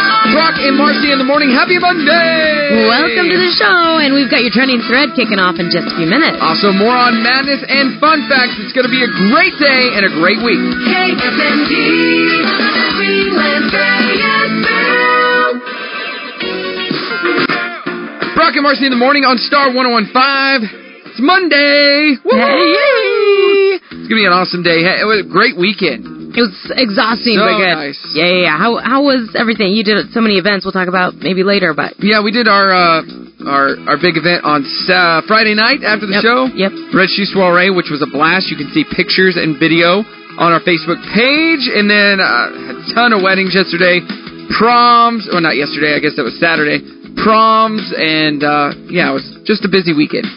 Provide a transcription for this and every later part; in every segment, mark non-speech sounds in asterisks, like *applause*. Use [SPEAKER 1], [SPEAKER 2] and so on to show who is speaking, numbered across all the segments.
[SPEAKER 1] and Marcy in the morning. Happy Monday!
[SPEAKER 2] Welcome to the show, and we've got your trending thread kicking off in just a few minutes.
[SPEAKER 1] Also, more on madness and fun facts. It's going to be a great day and a great week. Brock and Marcy in the morning on Star 1015. It's Monday. Woo!
[SPEAKER 2] Hey.
[SPEAKER 1] It's going to be an awesome day. Hey, it was a great weekend.
[SPEAKER 2] It was exhausting,
[SPEAKER 1] So
[SPEAKER 2] but good.
[SPEAKER 1] nice.
[SPEAKER 2] Yeah, yeah, yeah. How how was everything? You did so many events. We'll talk about maybe later,
[SPEAKER 1] *laughs*
[SPEAKER 2] but
[SPEAKER 1] Yeah, we did our uh, our our big event on uh, Friday night after the
[SPEAKER 2] Yep,
[SPEAKER 1] show.
[SPEAKER 2] yep.
[SPEAKER 1] Red Shoe Soiree, which was a blast. You can see pictures and video on our Facebook page, and then uh, a ton of weddings yesterday, proms. Well, not yesterday. I guess that was Saturday. Proms and uh, yeah, it was just a busy weekend.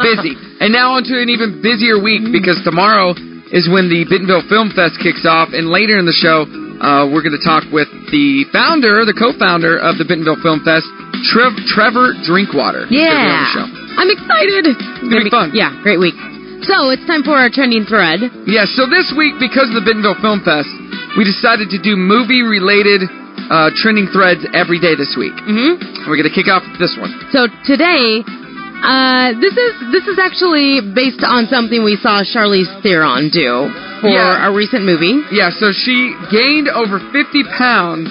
[SPEAKER 1] busy. And now on to an even busier week because tomorrow is when the Bentonville Film Fest kicks off, and later in the show, uh, we're going to talk with the founder, the co-founder of the Bentonville Film Fest, Trev- Trevor Drinkwater. He's gonna be on the
[SPEAKER 2] yeah,
[SPEAKER 1] show.
[SPEAKER 2] I'm excited. It's
[SPEAKER 1] gonna be fun.
[SPEAKER 2] Yeah, great week. So it's time for our trending thread.
[SPEAKER 1] Yeah, so this week, because of the Bentonville Film Fest, we decided to do movie related uh, trending threads every day this week.
[SPEAKER 2] hmm
[SPEAKER 1] And we're going to kick off with this one.
[SPEAKER 2] So today, uh, this is this is actually based on something we saw Charlize Theron do for
[SPEAKER 1] Yeah.
[SPEAKER 2] a recent movie.
[SPEAKER 1] Yeah, so she gained over 50 pounds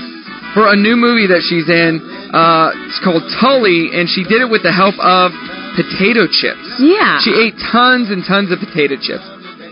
[SPEAKER 1] for a new movie that she's in. Uh, it's called Tully, and she did it with the help of potato chips.
[SPEAKER 2] Yeah.
[SPEAKER 1] She ate tons and tons of potato chips.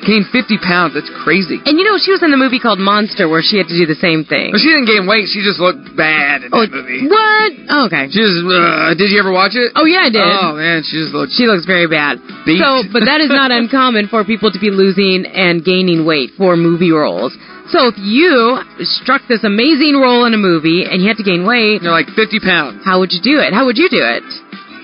[SPEAKER 1] Gained 50 pounds. That's crazy.
[SPEAKER 2] and you know, she was in the movie called Monster where she had to do the same thing.
[SPEAKER 1] But Oh, she didn't gain weight. She just looked bad in
[SPEAKER 2] Oh,
[SPEAKER 1] that movie.
[SPEAKER 2] what? Oh, okay.
[SPEAKER 1] She just, uh, did you ever watch it?
[SPEAKER 2] Oh, yeah, I did.
[SPEAKER 1] Oh, man, she just looked
[SPEAKER 2] She looks very bad.
[SPEAKER 1] Beat.
[SPEAKER 2] So, but that
[SPEAKER 1] *laughs*
[SPEAKER 2] is not uncommon for people to be losing and gaining weight for movie roles. So, if you struck this amazing role in a movie and you had to gain weight,
[SPEAKER 1] They're like 50 pounds.
[SPEAKER 2] how would you do it? How would you do it?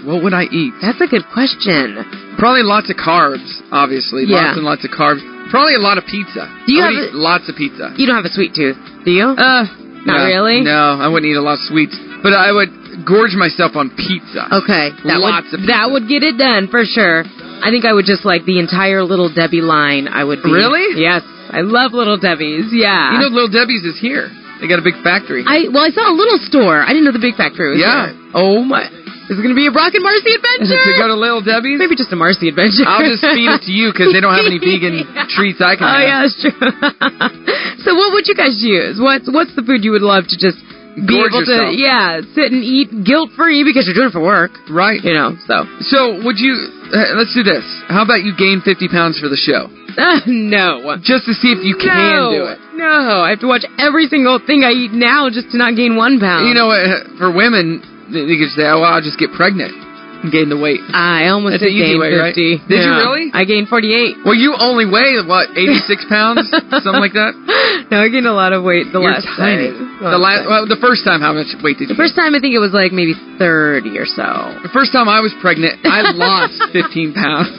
[SPEAKER 1] What would I eat?
[SPEAKER 2] That's a good question.
[SPEAKER 1] Probably lots of carbs, obviously.
[SPEAKER 2] Yeah.
[SPEAKER 1] Lots and lots of carbs. Probably a lot of pizza.
[SPEAKER 2] Do you
[SPEAKER 1] I would
[SPEAKER 2] have
[SPEAKER 1] eat
[SPEAKER 2] a-
[SPEAKER 1] lots of pizza.
[SPEAKER 2] You don't have a sweet tooth, do you?
[SPEAKER 1] Uh,
[SPEAKER 2] Not
[SPEAKER 1] no,
[SPEAKER 2] really?
[SPEAKER 1] No, I wouldn't eat a lot of sweets, but I would gorge myself on pizza.
[SPEAKER 2] Okay, that
[SPEAKER 1] Lots
[SPEAKER 2] would
[SPEAKER 1] of
[SPEAKER 2] that
[SPEAKER 1] pizza.
[SPEAKER 2] would get it done for sure. I think I would just like the entire Little Debbie line. I would be
[SPEAKER 1] Really?
[SPEAKER 2] yes. I love Little Debbie's. Yeah,
[SPEAKER 1] You know, Little Debbie's is here. They got a big factory.
[SPEAKER 2] I well, I saw a little store. I didn't know the big factory was
[SPEAKER 1] Yeah.
[SPEAKER 2] there. Oh my! This is gonna be a Brock and Marcy adventure. *laughs*
[SPEAKER 1] to go to Little Debbie's?
[SPEAKER 2] Maybe just a Marcy adventure.
[SPEAKER 1] I'll just feed it to you because they don't have any vegan
[SPEAKER 2] *laughs* Yeah.
[SPEAKER 1] treats I can
[SPEAKER 2] Oh
[SPEAKER 1] have.
[SPEAKER 2] yeah, that's true. *laughs* so what would you guys use? What's what's the food you would love to just be
[SPEAKER 1] Gorge
[SPEAKER 2] able
[SPEAKER 1] yourself.
[SPEAKER 2] to yeah sit and eat guilt free because you're doing it for work,
[SPEAKER 1] Right.
[SPEAKER 2] you know? So
[SPEAKER 1] So, would you. Uh, let's do this. How about you gain 50 pounds for the show? *laughs*
[SPEAKER 2] uh, no.
[SPEAKER 1] Just to see if you
[SPEAKER 2] no.
[SPEAKER 1] can do it.
[SPEAKER 2] No, I have to watch every single thing I eat now just to not gain one pound.
[SPEAKER 1] You know, uh, for women, they they could say, "Oh, well, I'll just get pregnant and gain the weight."
[SPEAKER 2] I almost
[SPEAKER 1] That's the
[SPEAKER 2] did
[SPEAKER 1] easy
[SPEAKER 2] gain
[SPEAKER 1] way, right? Did
[SPEAKER 2] 50.
[SPEAKER 1] you
[SPEAKER 2] Yeah.
[SPEAKER 1] really?
[SPEAKER 2] I gained 48.
[SPEAKER 1] Well, you only weigh what eighty-six
[SPEAKER 2] *laughs*
[SPEAKER 1] pounds, something like that.
[SPEAKER 2] *gasps* No, I gained a lot of weight the
[SPEAKER 1] You're
[SPEAKER 2] last
[SPEAKER 1] tiny.
[SPEAKER 2] time.
[SPEAKER 1] The last, well, the first time, how much weight did you?
[SPEAKER 2] the first time I think it was like maybe 30 or so.
[SPEAKER 1] the first time I was pregnant,
[SPEAKER 2] *laughs*
[SPEAKER 1] I lost fifteen pounds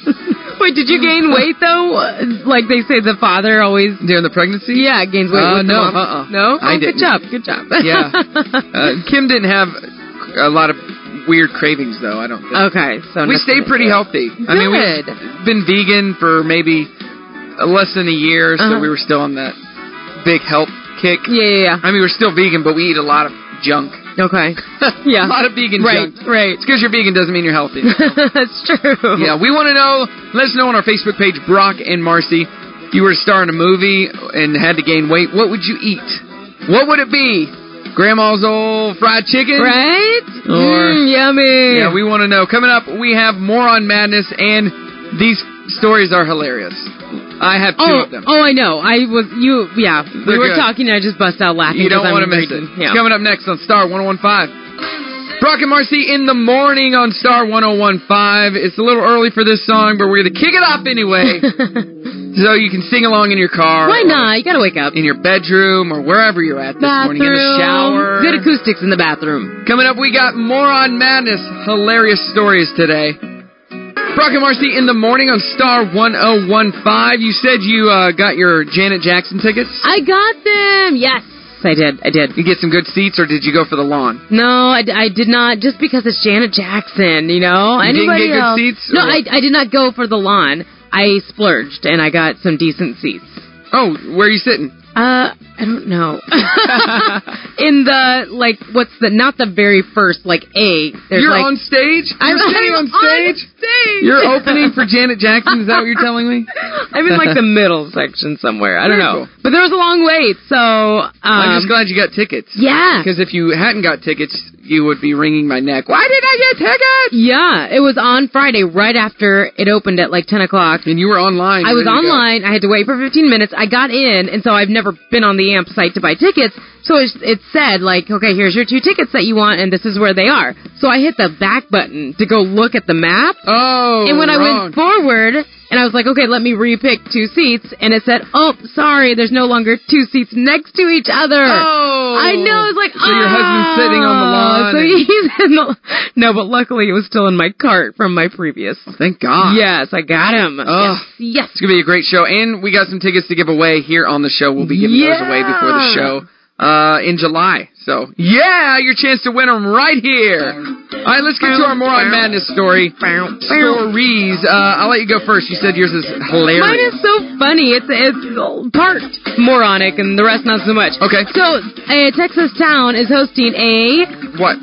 [SPEAKER 1] *laughs*
[SPEAKER 2] Wait, did you *laughs* gain weight though? Like they say, the father always
[SPEAKER 1] during the pregnancy.
[SPEAKER 2] yeah gains weight.
[SPEAKER 1] Uh,
[SPEAKER 2] with
[SPEAKER 1] no,
[SPEAKER 2] the mom.
[SPEAKER 1] uh-uh.
[SPEAKER 2] no.
[SPEAKER 1] I
[SPEAKER 2] oh,
[SPEAKER 1] didn't.
[SPEAKER 2] good job, good job.
[SPEAKER 1] Yeah.
[SPEAKER 2] *laughs*
[SPEAKER 1] Uh, Kim didn't have a lot of weird cravings, though. I don't. think.
[SPEAKER 2] okay, so
[SPEAKER 1] we
[SPEAKER 2] nothing
[SPEAKER 1] stayed
[SPEAKER 2] to
[SPEAKER 1] pretty
[SPEAKER 2] do.
[SPEAKER 1] healthy. I mean,
[SPEAKER 2] Good.
[SPEAKER 1] we've been vegan for maybe less than a year, so
[SPEAKER 2] Uh-huh.
[SPEAKER 1] we were still on that big health kick.
[SPEAKER 2] Yeah, yeah,
[SPEAKER 1] I mean, we're still vegan, but we eat a lot of junk. *laughs*
[SPEAKER 2] yeah. Okay. Yeah.
[SPEAKER 1] a lot of vegan
[SPEAKER 2] right,
[SPEAKER 1] junk.
[SPEAKER 2] right.
[SPEAKER 1] It's because you're vegan doesn't mean you're healthy.
[SPEAKER 2] *laughs* That's true.
[SPEAKER 1] yeah, we want to know. Let us know on our Facebook page, Brock and Marcy. If you were to star in a movie and had to gain weight, what would you eat? What would it be? Grandma's old fried chicken?
[SPEAKER 2] Right?
[SPEAKER 1] Or-
[SPEAKER 2] Mm, yummy.
[SPEAKER 1] Yeah, we want to know. Coming up, we have more on madness, and these stories are hilarious. I have two
[SPEAKER 2] Oh,
[SPEAKER 1] of them.
[SPEAKER 2] oh, I know. I was you. Yeah, we
[SPEAKER 1] They're
[SPEAKER 2] were
[SPEAKER 1] good.
[SPEAKER 2] talking, and I just bust out laughing.
[SPEAKER 1] You don't
[SPEAKER 2] want to
[SPEAKER 1] miss it.
[SPEAKER 2] Yeah.
[SPEAKER 1] It's coming up next on Star 1015. Brock and Marcy in the morning on Star 1015. It's a little early for this song, but we're going to kick it off anyway.
[SPEAKER 2] *laughs*
[SPEAKER 1] so you can sing along in your car.
[SPEAKER 2] Why not? You gotta wake up.
[SPEAKER 1] or In your bedroom or wherever you're at this
[SPEAKER 2] bathroom.
[SPEAKER 1] morning. In the shower.
[SPEAKER 2] Good acoustics in the bathroom.
[SPEAKER 1] Coming up, we got more on madness. Hilarious stories today. Brock and Marcy in the morning on Star 1015. You said you uh, got your Janet Jackson tickets.
[SPEAKER 2] I got them. Yes, I did. I did.
[SPEAKER 1] You get some good seats, or did you go for the lawn?
[SPEAKER 2] No, I, d- I did not. Just because it's Janet Jackson, you know.
[SPEAKER 1] You didn't
[SPEAKER 2] Anybody
[SPEAKER 1] get good
[SPEAKER 2] else?
[SPEAKER 1] seats, or
[SPEAKER 2] no, I,
[SPEAKER 1] what?
[SPEAKER 2] I did not go for the lawn. I splurged and I got some decent seats.
[SPEAKER 1] Oh, where are you sitting?
[SPEAKER 2] Uh, I
[SPEAKER 1] *laughs*
[SPEAKER 2] don't know. In the like, what's the not the very first like A? There's
[SPEAKER 1] You're
[SPEAKER 2] like
[SPEAKER 1] on stage. You're
[SPEAKER 2] I'm-
[SPEAKER 1] sitting
[SPEAKER 2] *laughs*
[SPEAKER 1] on
[SPEAKER 2] I'm
[SPEAKER 1] stage.
[SPEAKER 2] stage.
[SPEAKER 1] You're opening
[SPEAKER 2] *laughs*
[SPEAKER 1] for Janet Jackson. Is that what you're telling me?
[SPEAKER 2] I'm in like the middle section somewhere. I
[SPEAKER 1] Very
[SPEAKER 2] don't know.
[SPEAKER 1] cool.
[SPEAKER 2] But there was a long wait, so *laughs* um,
[SPEAKER 1] I'm just glad you got tickets.
[SPEAKER 2] yeah,
[SPEAKER 1] Because if you hadn't got tickets, you would be wringing my neck. Why did I get tickets?
[SPEAKER 2] yeah. It was on Friday, right after it opened at like 10 o'clock.
[SPEAKER 1] And you were online.
[SPEAKER 2] I was
[SPEAKER 1] ready to go.
[SPEAKER 2] online. I had to wait for 15 minutes. I got in, and so I've never been on the AMP site to buy tickets. So it, it said, like, okay, here's your two tickets that you want, and this is where they are. So I hit the back button to go look at the map.
[SPEAKER 1] Oh,
[SPEAKER 2] and when I
[SPEAKER 1] wrong.
[SPEAKER 2] went forward, and I was like, okay, let me repick two seats, and it said, oh, sorry, there's no longer two seats next to each other.
[SPEAKER 1] oh,
[SPEAKER 2] I know. It's like
[SPEAKER 1] so your husband's sitting on the
[SPEAKER 2] "Ah."
[SPEAKER 1] lawn.
[SPEAKER 2] So
[SPEAKER 1] and-
[SPEAKER 2] he's *laughs* in the no, but luckily it was still in my cart from my previous.
[SPEAKER 1] thank God.
[SPEAKER 2] Yes, I got him.
[SPEAKER 1] Ah. Ugh.
[SPEAKER 2] Yes,
[SPEAKER 1] It's going to be a great show. And we got some tickets to give away here on the show. We'll be giving those away before the
[SPEAKER 2] Yeah.
[SPEAKER 1] show uh, in July. So, yeah, your chance to win them right here. All right, let's get to our More on Madness story. Stories. Uh, I'll let you go first. You said yours is
[SPEAKER 2] Mine
[SPEAKER 1] hilarious.
[SPEAKER 2] is so funny. It's it's part moronic and the rest not so much.
[SPEAKER 1] Okay.
[SPEAKER 2] So a Texas town is hosting a
[SPEAKER 1] What?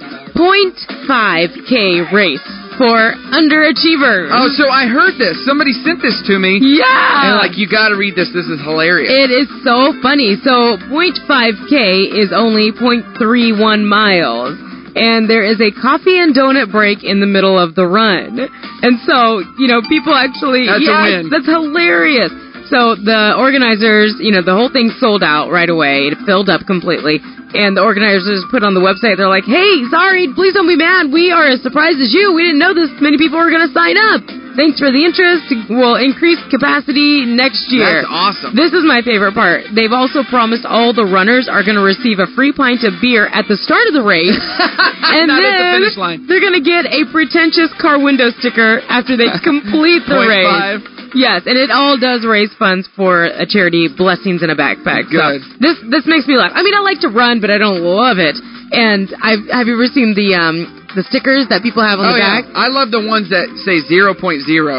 [SPEAKER 2] 0.5k race for underachievers.
[SPEAKER 1] Oh, so I heard this. Somebody sent this to me.
[SPEAKER 2] yeah.
[SPEAKER 1] And like, you got to read this. This is hilarious.
[SPEAKER 2] it is so funny. So 0.5k is only 0.31 miles. And there is a coffee and donut break in the middle of the run. And so, you know, people actually
[SPEAKER 1] That's a
[SPEAKER 2] Yes,
[SPEAKER 1] win.
[SPEAKER 2] That's hilarious. So the organizers, you know, the whole thing sold out right away. It filled up completely. And the organizers put on the website, they're like, hey, sorry, please don't be mad. We are as surprised as you. We didn't know this many people were going to sign up. Thanks for the interest. We'll increase capacity next year.
[SPEAKER 1] That's awesome. *laughs*
[SPEAKER 2] This is my favorite part. They've also promised all the runners are going to receive a free pint of beer at the start of the race. and
[SPEAKER 1] *laughs* Not
[SPEAKER 2] then
[SPEAKER 1] at the finish line.
[SPEAKER 2] they're going to get a pretentious car window sticker after
[SPEAKER 1] *laughs*
[SPEAKER 2] they complete the
[SPEAKER 1] Point
[SPEAKER 2] race.
[SPEAKER 1] five.
[SPEAKER 2] Yes, and it all does raise funds for a charity, Blessings in a Backpack.
[SPEAKER 1] Good.
[SPEAKER 2] So this this makes me laugh. I mean, I like to run, but I don't love it. And I've have you ever seen the um the stickers that people have
[SPEAKER 1] Oh,
[SPEAKER 2] on the
[SPEAKER 1] yeah.
[SPEAKER 2] back?
[SPEAKER 1] I love the ones that say 0.0.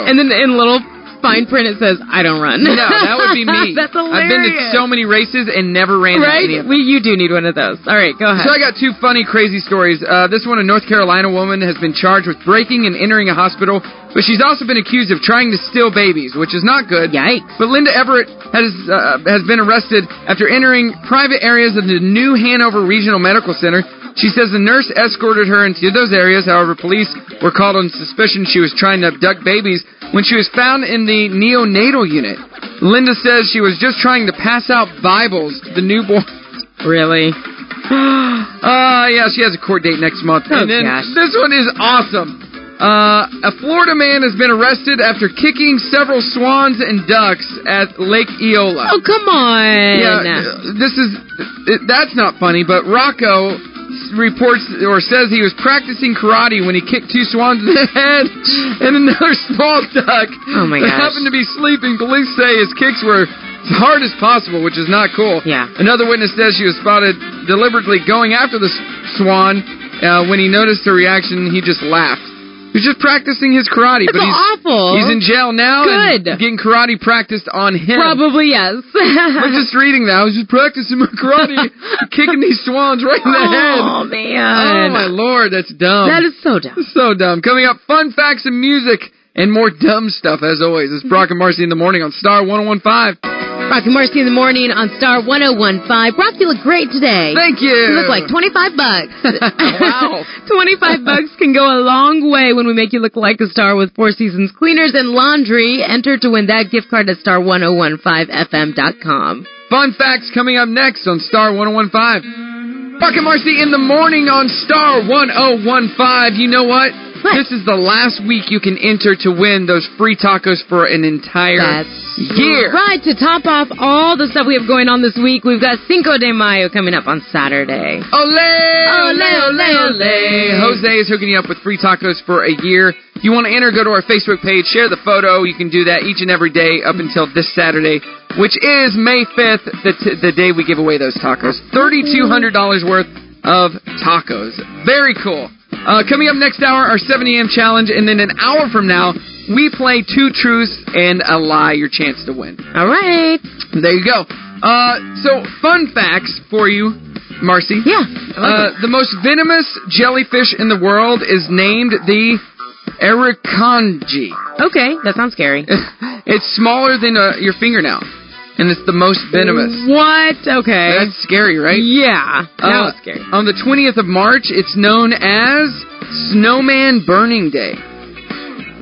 [SPEAKER 2] And then in little fine print it says, "I don't
[SPEAKER 1] *laughs*
[SPEAKER 2] run."
[SPEAKER 1] no, that would
[SPEAKER 2] *laughs*
[SPEAKER 1] be me.
[SPEAKER 2] That's hilarious.
[SPEAKER 1] I've been to so many races and never ran into any of
[SPEAKER 2] Right?
[SPEAKER 1] them.
[SPEAKER 2] We, you do need one of those. All right, go ahead.
[SPEAKER 1] So I got two funny, crazy stories. Uh, this one, a North Carolina woman has been charged with breaking and entering a hospital, but she's also been accused of trying to steal babies, which is not good.
[SPEAKER 2] Yikes.
[SPEAKER 1] But Linda Everett has uh, has been arrested after entering private areas of the New Hanover Regional Medical Center. She says the nurse escorted her into those areas. However, police were called on suspicion she was trying to abduct babies when she was found in the neonatal unit. Linda says she was just trying to pass out Bibles to the newborn. *laughs*
[SPEAKER 2] Really?
[SPEAKER 1] *gasps* Uh, yeah, she has a court date next month.
[SPEAKER 2] Oh,
[SPEAKER 1] and then
[SPEAKER 2] gosh.
[SPEAKER 1] this one is awesome. Uh, a Florida man has been arrested after kicking several swans and ducks at Lake Eola.
[SPEAKER 2] Oh, come on.
[SPEAKER 1] Yeah, uh, this is it, that's not funny, but Rocco s- reports or says he was practicing karate when he kicked two swans in the head and another small duck.
[SPEAKER 2] Oh, my
[SPEAKER 1] They
[SPEAKER 2] gosh.
[SPEAKER 1] happened to be sleeping. Police say his kicks were as hard as possible, which is not cool.
[SPEAKER 2] Yeah.
[SPEAKER 1] Another witness says she was spotted deliberately going after the s- swan. Uh, when he noticed her reaction, he just laughed. He was just practicing his karate,
[SPEAKER 2] That's
[SPEAKER 1] but he's
[SPEAKER 2] awful.
[SPEAKER 1] he's in jail now and
[SPEAKER 2] Good.
[SPEAKER 1] getting karate practiced on him.
[SPEAKER 2] Probably yes.
[SPEAKER 1] I'm
[SPEAKER 2] *laughs*
[SPEAKER 1] just *laughs* reading that. I was just practicing my karate, kicking these swans right in the
[SPEAKER 2] oh
[SPEAKER 1] head. Oh my
[SPEAKER 2] man,
[SPEAKER 1] lord, that's dumb.
[SPEAKER 2] that is so dumb.
[SPEAKER 1] so dumb. Coming up, fun facts and music and more dumb stuff as always. It's Brock and Marcy in the morning on Star 1015.
[SPEAKER 2] Rock and Marcy in the morning on Star 101.5. Rock, you look great today.
[SPEAKER 1] Thank you.
[SPEAKER 2] You look like 25 bucks.
[SPEAKER 1] *laughs*
[SPEAKER 2] *laughs*
[SPEAKER 1] Wow.
[SPEAKER 2] 25 bucks can go a long way when we make you look like a star with Four Seasons Cleaners and Laundry. Enter to win that gift card at star1015fm.com.
[SPEAKER 1] Fun facts coming up next on Star 1015. Buck and Marcy in the morning on Star 1015. You know what?
[SPEAKER 2] What?
[SPEAKER 1] This is the last week you can enter to win those free tacos for an entire
[SPEAKER 2] That's
[SPEAKER 1] year.
[SPEAKER 2] Right, to top off all the stuff we have going on this week, we've got Cinco de Mayo coming up on Saturday.
[SPEAKER 1] Ole, ole, ole, ole.
[SPEAKER 2] ole.
[SPEAKER 1] Jose is hooking you up with free tacos for a year. If you want to enter, go to our Facebook page, share the photo. You can do that each and every day up until this Saturday, which is May 5th, the, t- the day we give away those tacos. $3,200 worth of tacos. Very cool. Uh, coming up next hour, our 7 a.m. challenge, and then an hour from now, We play two truths and a lie, your chance to win.
[SPEAKER 2] All right.
[SPEAKER 1] There you go. Uh, so, fun facts for you, Marcy.
[SPEAKER 2] Yeah. I love it.
[SPEAKER 1] Uh, the most venomous jellyfish in the world is named the Ericonji.
[SPEAKER 2] Uh, okay, that sounds scary.
[SPEAKER 1] *laughs* it's smaller than uh, your fingernail, and it's the most venomous.
[SPEAKER 2] What? Okay.
[SPEAKER 1] That's scary, right?
[SPEAKER 2] yeah. That
[SPEAKER 1] Uh,
[SPEAKER 2] was scary.
[SPEAKER 1] On the 20th of March, it's known as Snowman Burning Day.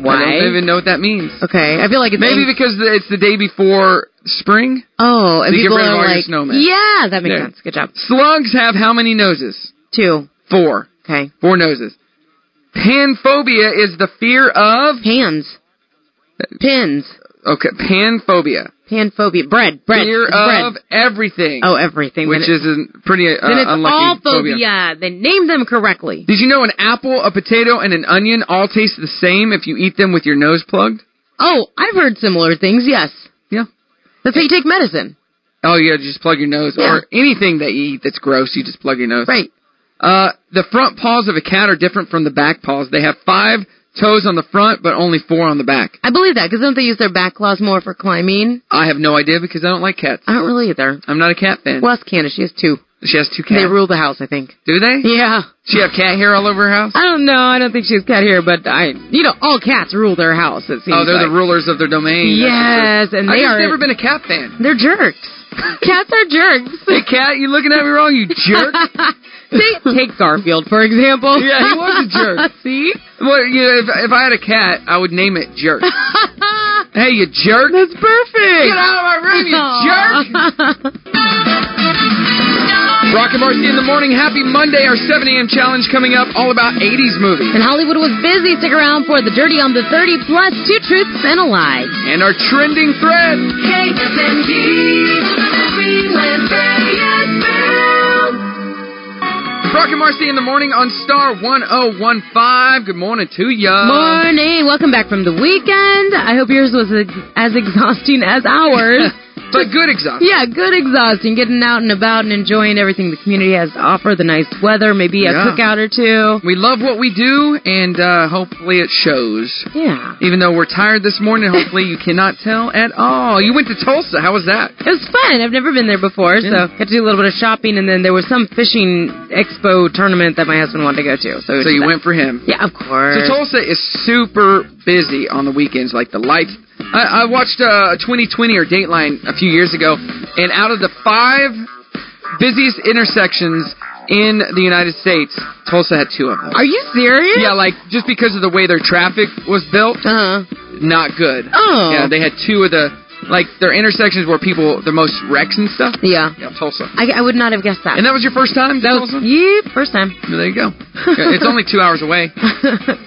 [SPEAKER 2] Why?
[SPEAKER 1] I don't even know what that means.
[SPEAKER 2] Okay, I feel like it's
[SPEAKER 1] Maybe because the- it's the day before spring.
[SPEAKER 2] oh, and
[SPEAKER 1] They get
[SPEAKER 2] people
[SPEAKER 1] rid of all
[SPEAKER 2] are
[SPEAKER 1] your
[SPEAKER 2] like,
[SPEAKER 1] snowmen.
[SPEAKER 2] yeah, that makes
[SPEAKER 1] There.
[SPEAKER 2] sense. Good job.
[SPEAKER 1] Slugs have how many noses?
[SPEAKER 2] Two.
[SPEAKER 1] Four.
[SPEAKER 2] Okay,
[SPEAKER 1] Four noses. Panphobia is the fear of
[SPEAKER 2] pans, pins,
[SPEAKER 1] okay panphobia,
[SPEAKER 2] panphobia, bread, bread,
[SPEAKER 1] fear
[SPEAKER 2] It's bread.
[SPEAKER 1] of everything,
[SPEAKER 2] oh everything.
[SPEAKER 1] which
[SPEAKER 2] then it-
[SPEAKER 1] is a pretty uh,
[SPEAKER 2] then it's
[SPEAKER 1] unlucky
[SPEAKER 2] all phobia. They named them correctly.
[SPEAKER 1] Did you know an apple, a potato, and an onion all taste the same if you eat them with your nose plugged?
[SPEAKER 2] Oh, I've heard similar things. Yes,
[SPEAKER 1] Yeah.
[SPEAKER 2] that's how you take medicine,
[SPEAKER 1] Oh yeah, just plug your nose
[SPEAKER 2] Yeah.
[SPEAKER 1] or anything that you eat that's gross, you just plug your nose.
[SPEAKER 2] right?
[SPEAKER 1] Uh, the front paws of a cat are different from the back paws. They have five toes on the front, but only four on the back.
[SPEAKER 2] I believe that because don't they use their back claws more for climbing?
[SPEAKER 1] I have no idea because I don't like cats.
[SPEAKER 2] I don't really either.
[SPEAKER 1] I'm not a cat fan.
[SPEAKER 2] Well, that's Candace. She has two.
[SPEAKER 1] she has two
[SPEAKER 2] They
[SPEAKER 1] cats.
[SPEAKER 2] rule the house, I think.
[SPEAKER 1] Do they?
[SPEAKER 2] Yeah.
[SPEAKER 1] She have cat hair all over her house.
[SPEAKER 2] I don't know. I don't think she's cat here, but I, you know, all cats rule their house. It seems.
[SPEAKER 1] Oh, they're the
[SPEAKER 2] like.
[SPEAKER 1] rulers of their domain. That's
[SPEAKER 2] Yes,
[SPEAKER 1] for sure.
[SPEAKER 2] and
[SPEAKER 1] I've
[SPEAKER 2] they
[SPEAKER 1] just
[SPEAKER 2] are-
[SPEAKER 1] never been a cat fan.
[SPEAKER 2] They're jerks. *laughs* cats are *laughs* jerks.
[SPEAKER 1] Hey, cat, you looking at me wrong, you
[SPEAKER 2] *laughs*
[SPEAKER 1] jerk?
[SPEAKER 2] Take, take Garfield for example.
[SPEAKER 1] Yeah, he was a jerk.
[SPEAKER 2] *laughs* See,
[SPEAKER 1] well, you know, if, if I had a cat, I would name it Jerk. hey, you jerk!
[SPEAKER 2] that's perfect.
[SPEAKER 1] Get out of my room, you jerk!
[SPEAKER 2] *laughs* jerk.
[SPEAKER 1] Rock and Marcy in the morning. Happy Monday. Our 7 a.m. challenge coming up, all about 80s movies.
[SPEAKER 2] and Hollywood was busy. Stick around for the dirty on the thirty plus two truths and a lie.
[SPEAKER 1] And our trending thread. Brock and Marcy in the morning on Star 1015. Good morning to ya. *laughs*
[SPEAKER 2] Morning. Welcome back from the weekend. I hope yours was ex- as exhausting as
[SPEAKER 1] *laughs*
[SPEAKER 2] ours.
[SPEAKER 1] But good exhaustion.
[SPEAKER 2] Yeah, good exhausting. Getting out and about and enjoying everything the community has to offer. The nice weather, maybe a
[SPEAKER 1] Yeah.
[SPEAKER 2] cookout or two.
[SPEAKER 1] We love what we do, and uh, hopefully it shows.
[SPEAKER 2] Yeah.
[SPEAKER 1] Even though we're tired this morning, hopefully you cannot tell at all. You went to Tulsa. How was that?
[SPEAKER 2] It was fun. I've never been there before,
[SPEAKER 1] Yeah.
[SPEAKER 2] so got to do a little bit of shopping, and then there was some fishing expo tournament that my husband wanted to go to. So, we
[SPEAKER 1] So
[SPEAKER 2] did
[SPEAKER 1] you
[SPEAKER 2] that.
[SPEAKER 1] went for him.
[SPEAKER 2] Yeah, of course.
[SPEAKER 1] So Tulsa is super busy on the weekends, like the lights. I, I watched uh, 2020 or Dateline a few years ago, and out of the five busiest intersections in the United States, Tulsa had two of them.
[SPEAKER 2] Are you serious?
[SPEAKER 1] Yeah, like just because of the way their traffic was built,
[SPEAKER 2] Uh huh.
[SPEAKER 1] not good.
[SPEAKER 2] Oh.
[SPEAKER 1] Yeah, they had two of the like their intersections where people the most wrecks and stuff.
[SPEAKER 2] Yeah.
[SPEAKER 1] Yeah, Tulsa.
[SPEAKER 2] I, I would not have guessed that.
[SPEAKER 1] And that was your first time? to
[SPEAKER 2] that was
[SPEAKER 1] Tulsa?
[SPEAKER 2] yeah, first time. *laughs*
[SPEAKER 1] There you go. Okay, it's only two hours away.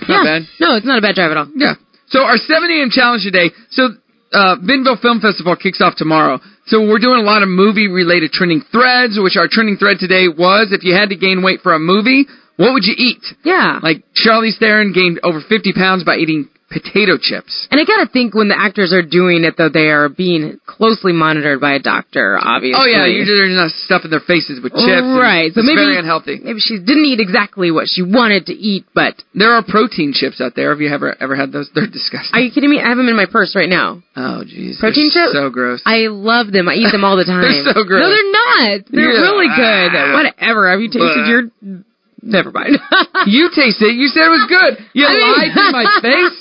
[SPEAKER 2] yeah.
[SPEAKER 1] bad.
[SPEAKER 2] No, it's not a bad drive at all.
[SPEAKER 1] Yeah. So our 7 a.m. challenge today. So uh, Benville Film Festival kicks off tomorrow. So we're doing a lot of movie-related trending threads, which our trending thread today was: if you had to gain weight for a movie, what would you eat?
[SPEAKER 2] Yeah.
[SPEAKER 1] Like Charlize Theron gained over 50 pounds by eating potato chips.
[SPEAKER 2] And I gotta think when the actors are doing it, though, they are being closely monitored by a doctor, obviously.
[SPEAKER 1] Oh yeah, you're they're not stuffing their faces with chips. and
[SPEAKER 2] Right, so
[SPEAKER 1] it's
[SPEAKER 2] maybe-
[SPEAKER 1] very unhealthy.
[SPEAKER 2] Maybe she didn't eat exactly what she wanted to eat, but
[SPEAKER 1] There are protein chips out there. Have you ever ever had those? They're disgusting.
[SPEAKER 2] are you kidding me? I have them in my purse right now.
[SPEAKER 1] oh jeez.
[SPEAKER 2] Protein
[SPEAKER 1] They're
[SPEAKER 2] chips?
[SPEAKER 1] So gross.
[SPEAKER 2] I love them. I eat
[SPEAKER 1] *laughs*
[SPEAKER 2] them all the time.
[SPEAKER 1] They're so gross.
[SPEAKER 2] No, they're not. They're
[SPEAKER 1] Yeah.
[SPEAKER 2] really good.
[SPEAKER 1] Ah.
[SPEAKER 2] Whatever. Have you tasted
[SPEAKER 1] Blah.
[SPEAKER 2] your? Never mind. *laughs*
[SPEAKER 1] you taste it. You said it was good. You
[SPEAKER 2] I mean-
[SPEAKER 1] lied to my face.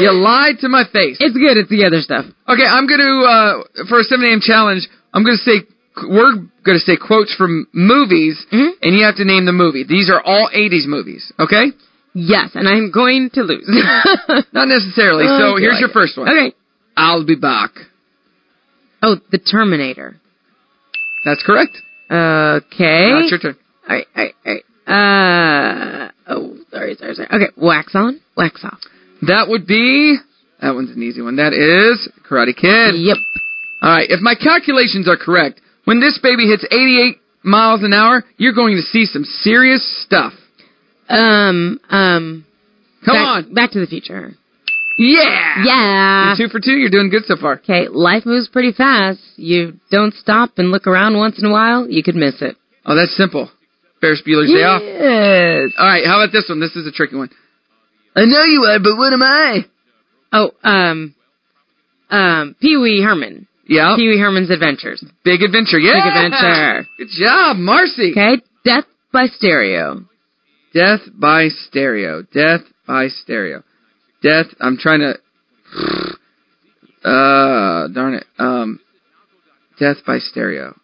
[SPEAKER 1] You lied to my face.
[SPEAKER 2] it's good. It's the other stuff.
[SPEAKER 1] Okay, I'm going to uh, for a 7 a.m. challenge. I'm going to say we're going to say quotes from movies,
[SPEAKER 2] Mhm.
[SPEAKER 1] and you have to name the movie. These are all 80s movies. Okay,
[SPEAKER 2] Yes, and I'm going to lose. *laughs*
[SPEAKER 1] not necessarily. so
[SPEAKER 2] I feel
[SPEAKER 1] here's
[SPEAKER 2] like
[SPEAKER 1] your
[SPEAKER 2] it.
[SPEAKER 1] first one.
[SPEAKER 2] Okay.
[SPEAKER 1] I'll be back.
[SPEAKER 2] Oh, the Terminator.
[SPEAKER 1] That's correct.
[SPEAKER 2] Okay.
[SPEAKER 1] Now it's your turn.
[SPEAKER 2] All right, all right, all right. Uh, oh, sorry, sorry, sorry. Okay, wax on, wax off.
[SPEAKER 1] That would be. That one's an easy one. That is Karate Kid.
[SPEAKER 2] Yep.
[SPEAKER 1] All right, if my calculations are correct, when this baby hits 88 miles an hour, you're going to see some serious stuff.
[SPEAKER 2] Um, um.
[SPEAKER 1] Come
[SPEAKER 2] back,
[SPEAKER 1] on.
[SPEAKER 2] Back to the Future.
[SPEAKER 1] Yeah.
[SPEAKER 2] Yeah.
[SPEAKER 1] You're two for two. You're doing good so far.
[SPEAKER 2] Okay, life moves pretty fast. You don't stop and look around once in a while, you could miss it.
[SPEAKER 1] Oh, that's simple. Ferris Bueller's Day Off.
[SPEAKER 2] Yes.
[SPEAKER 1] All right, how about this one? This is a tricky one. I know you are, but what am I?
[SPEAKER 2] Oh, um, um, Pee Wee Herman.
[SPEAKER 1] Yeah.
[SPEAKER 2] Pee Wee Herman's Adventures.
[SPEAKER 1] Big adventure. Yeah.
[SPEAKER 2] Big Adventure.
[SPEAKER 1] Good job, Marcy.
[SPEAKER 2] Okay, Death by Stereo.
[SPEAKER 1] Death by stereo. Death by stereo. Death. I'm trying to. Uh, darn it. Um, Death by stereo.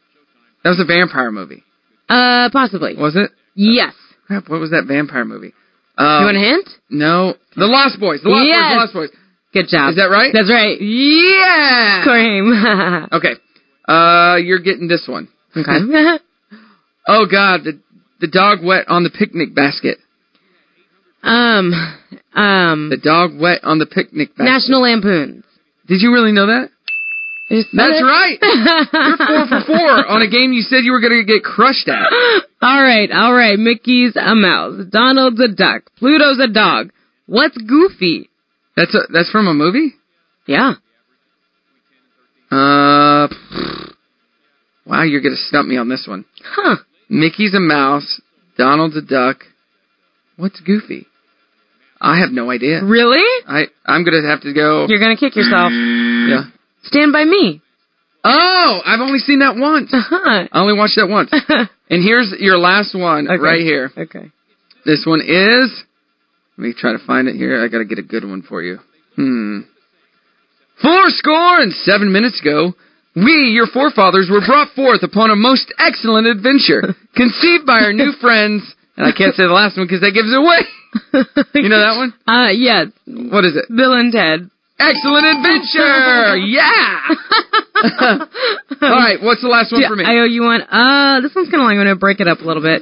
[SPEAKER 1] That was a vampire movie,
[SPEAKER 2] Uh, possibly.
[SPEAKER 1] was it?
[SPEAKER 2] Yes.
[SPEAKER 1] Crap. What was that vampire movie?
[SPEAKER 2] you
[SPEAKER 1] Um,
[SPEAKER 2] want a hint?
[SPEAKER 1] No, The Lost Boys. The Lost
[SPEAKER 2] Yes.
[SPEAKER 1] Boys. The Lost Boys.
[SPEAKER 2] Good job.
[SPEAKER 1] Is that right?
[SPEAKER 2] That's right.
[SPEAKER 1] yeah.
[SPEAKER 2] Corey.
[SPEAKER 1] Okay. Uh, you're getting this one.
[SPEAKER 2] *laughs* okay.
[SPEAKER 1] *laughs* Oh God, the the dog wet on the picnic basket.
[SPEAKER 2] um, um,
[SPEAKER 1] The dog wet on the picnic basket.
[SPEAKER 2] National Lampoons.
[SPEAKER 1] Did you really know that?
[SPEAKER 2] I just said
[SPEAKER 1] That's
[SPEAKER 2] it. *laughs*
[SPEAKER 1] right. You're four for four on a game you said you were going to get crushed at.
[SPEAKER 2] *laughs* all right, all right. Mickey's a mouse. Donald's a duck. Pluto's a dog. What's Goofy?
[SPEAKER 1] That's a, that's from a movie.
[SPEAKER 2] Yeah.
[SPEAKER 1] Uh, pfft. wow, you're going to stump me on this one.
[SPEAKER 2] Huh.
[SPEAKER 1] Mickey's a mouse. Donald's a duck. What's Goofy? I have no idea.
[SPEAKER 2] Really?
[SPEAKER 1] I I'm gonna have to go.
[SPEAKER 2] You're gonna kick yourself.
[SPEAKER 1] Yeah.
[SPEAKER 2] Stand by me.
[SPEAKER 1] Oh, I've only seen that once.
[SPEAKER 2] Uh-huh. *laughs*
[SPEAKER 1] I only watched that once. And here's your last one
[SPEAKER 2] Okay.
[SPEAKER 1] right here.
[SPEAKER 2] okay.
[SPEAKER 1] This one is. Let me try to find it here. I gotta get a good one for you. Hmm. Four score and seven minutes ago, we, your forefathers, were brought forth upon a most excellent adventure, conceived by our new friends. And I can't say the last one because that gives it away. You know that one?
[SPEAKER 2] *laughs* Uh, yes.
[SPEAKER 1] What is it?
[SPEAKER 2] Bill and
[SPEAKER 1] *laughs*
[SPEAKER 2] Ted.
[SPEAKER 1] Excellent adventure! Yeah!
[SPEAKER 2] *laughs*
[SPEAKER 1] All right, what's the last one for me?
[SPEAKER 2] I owe you one. Uh, this one's kind of long. I'm gonna break it up a little bit.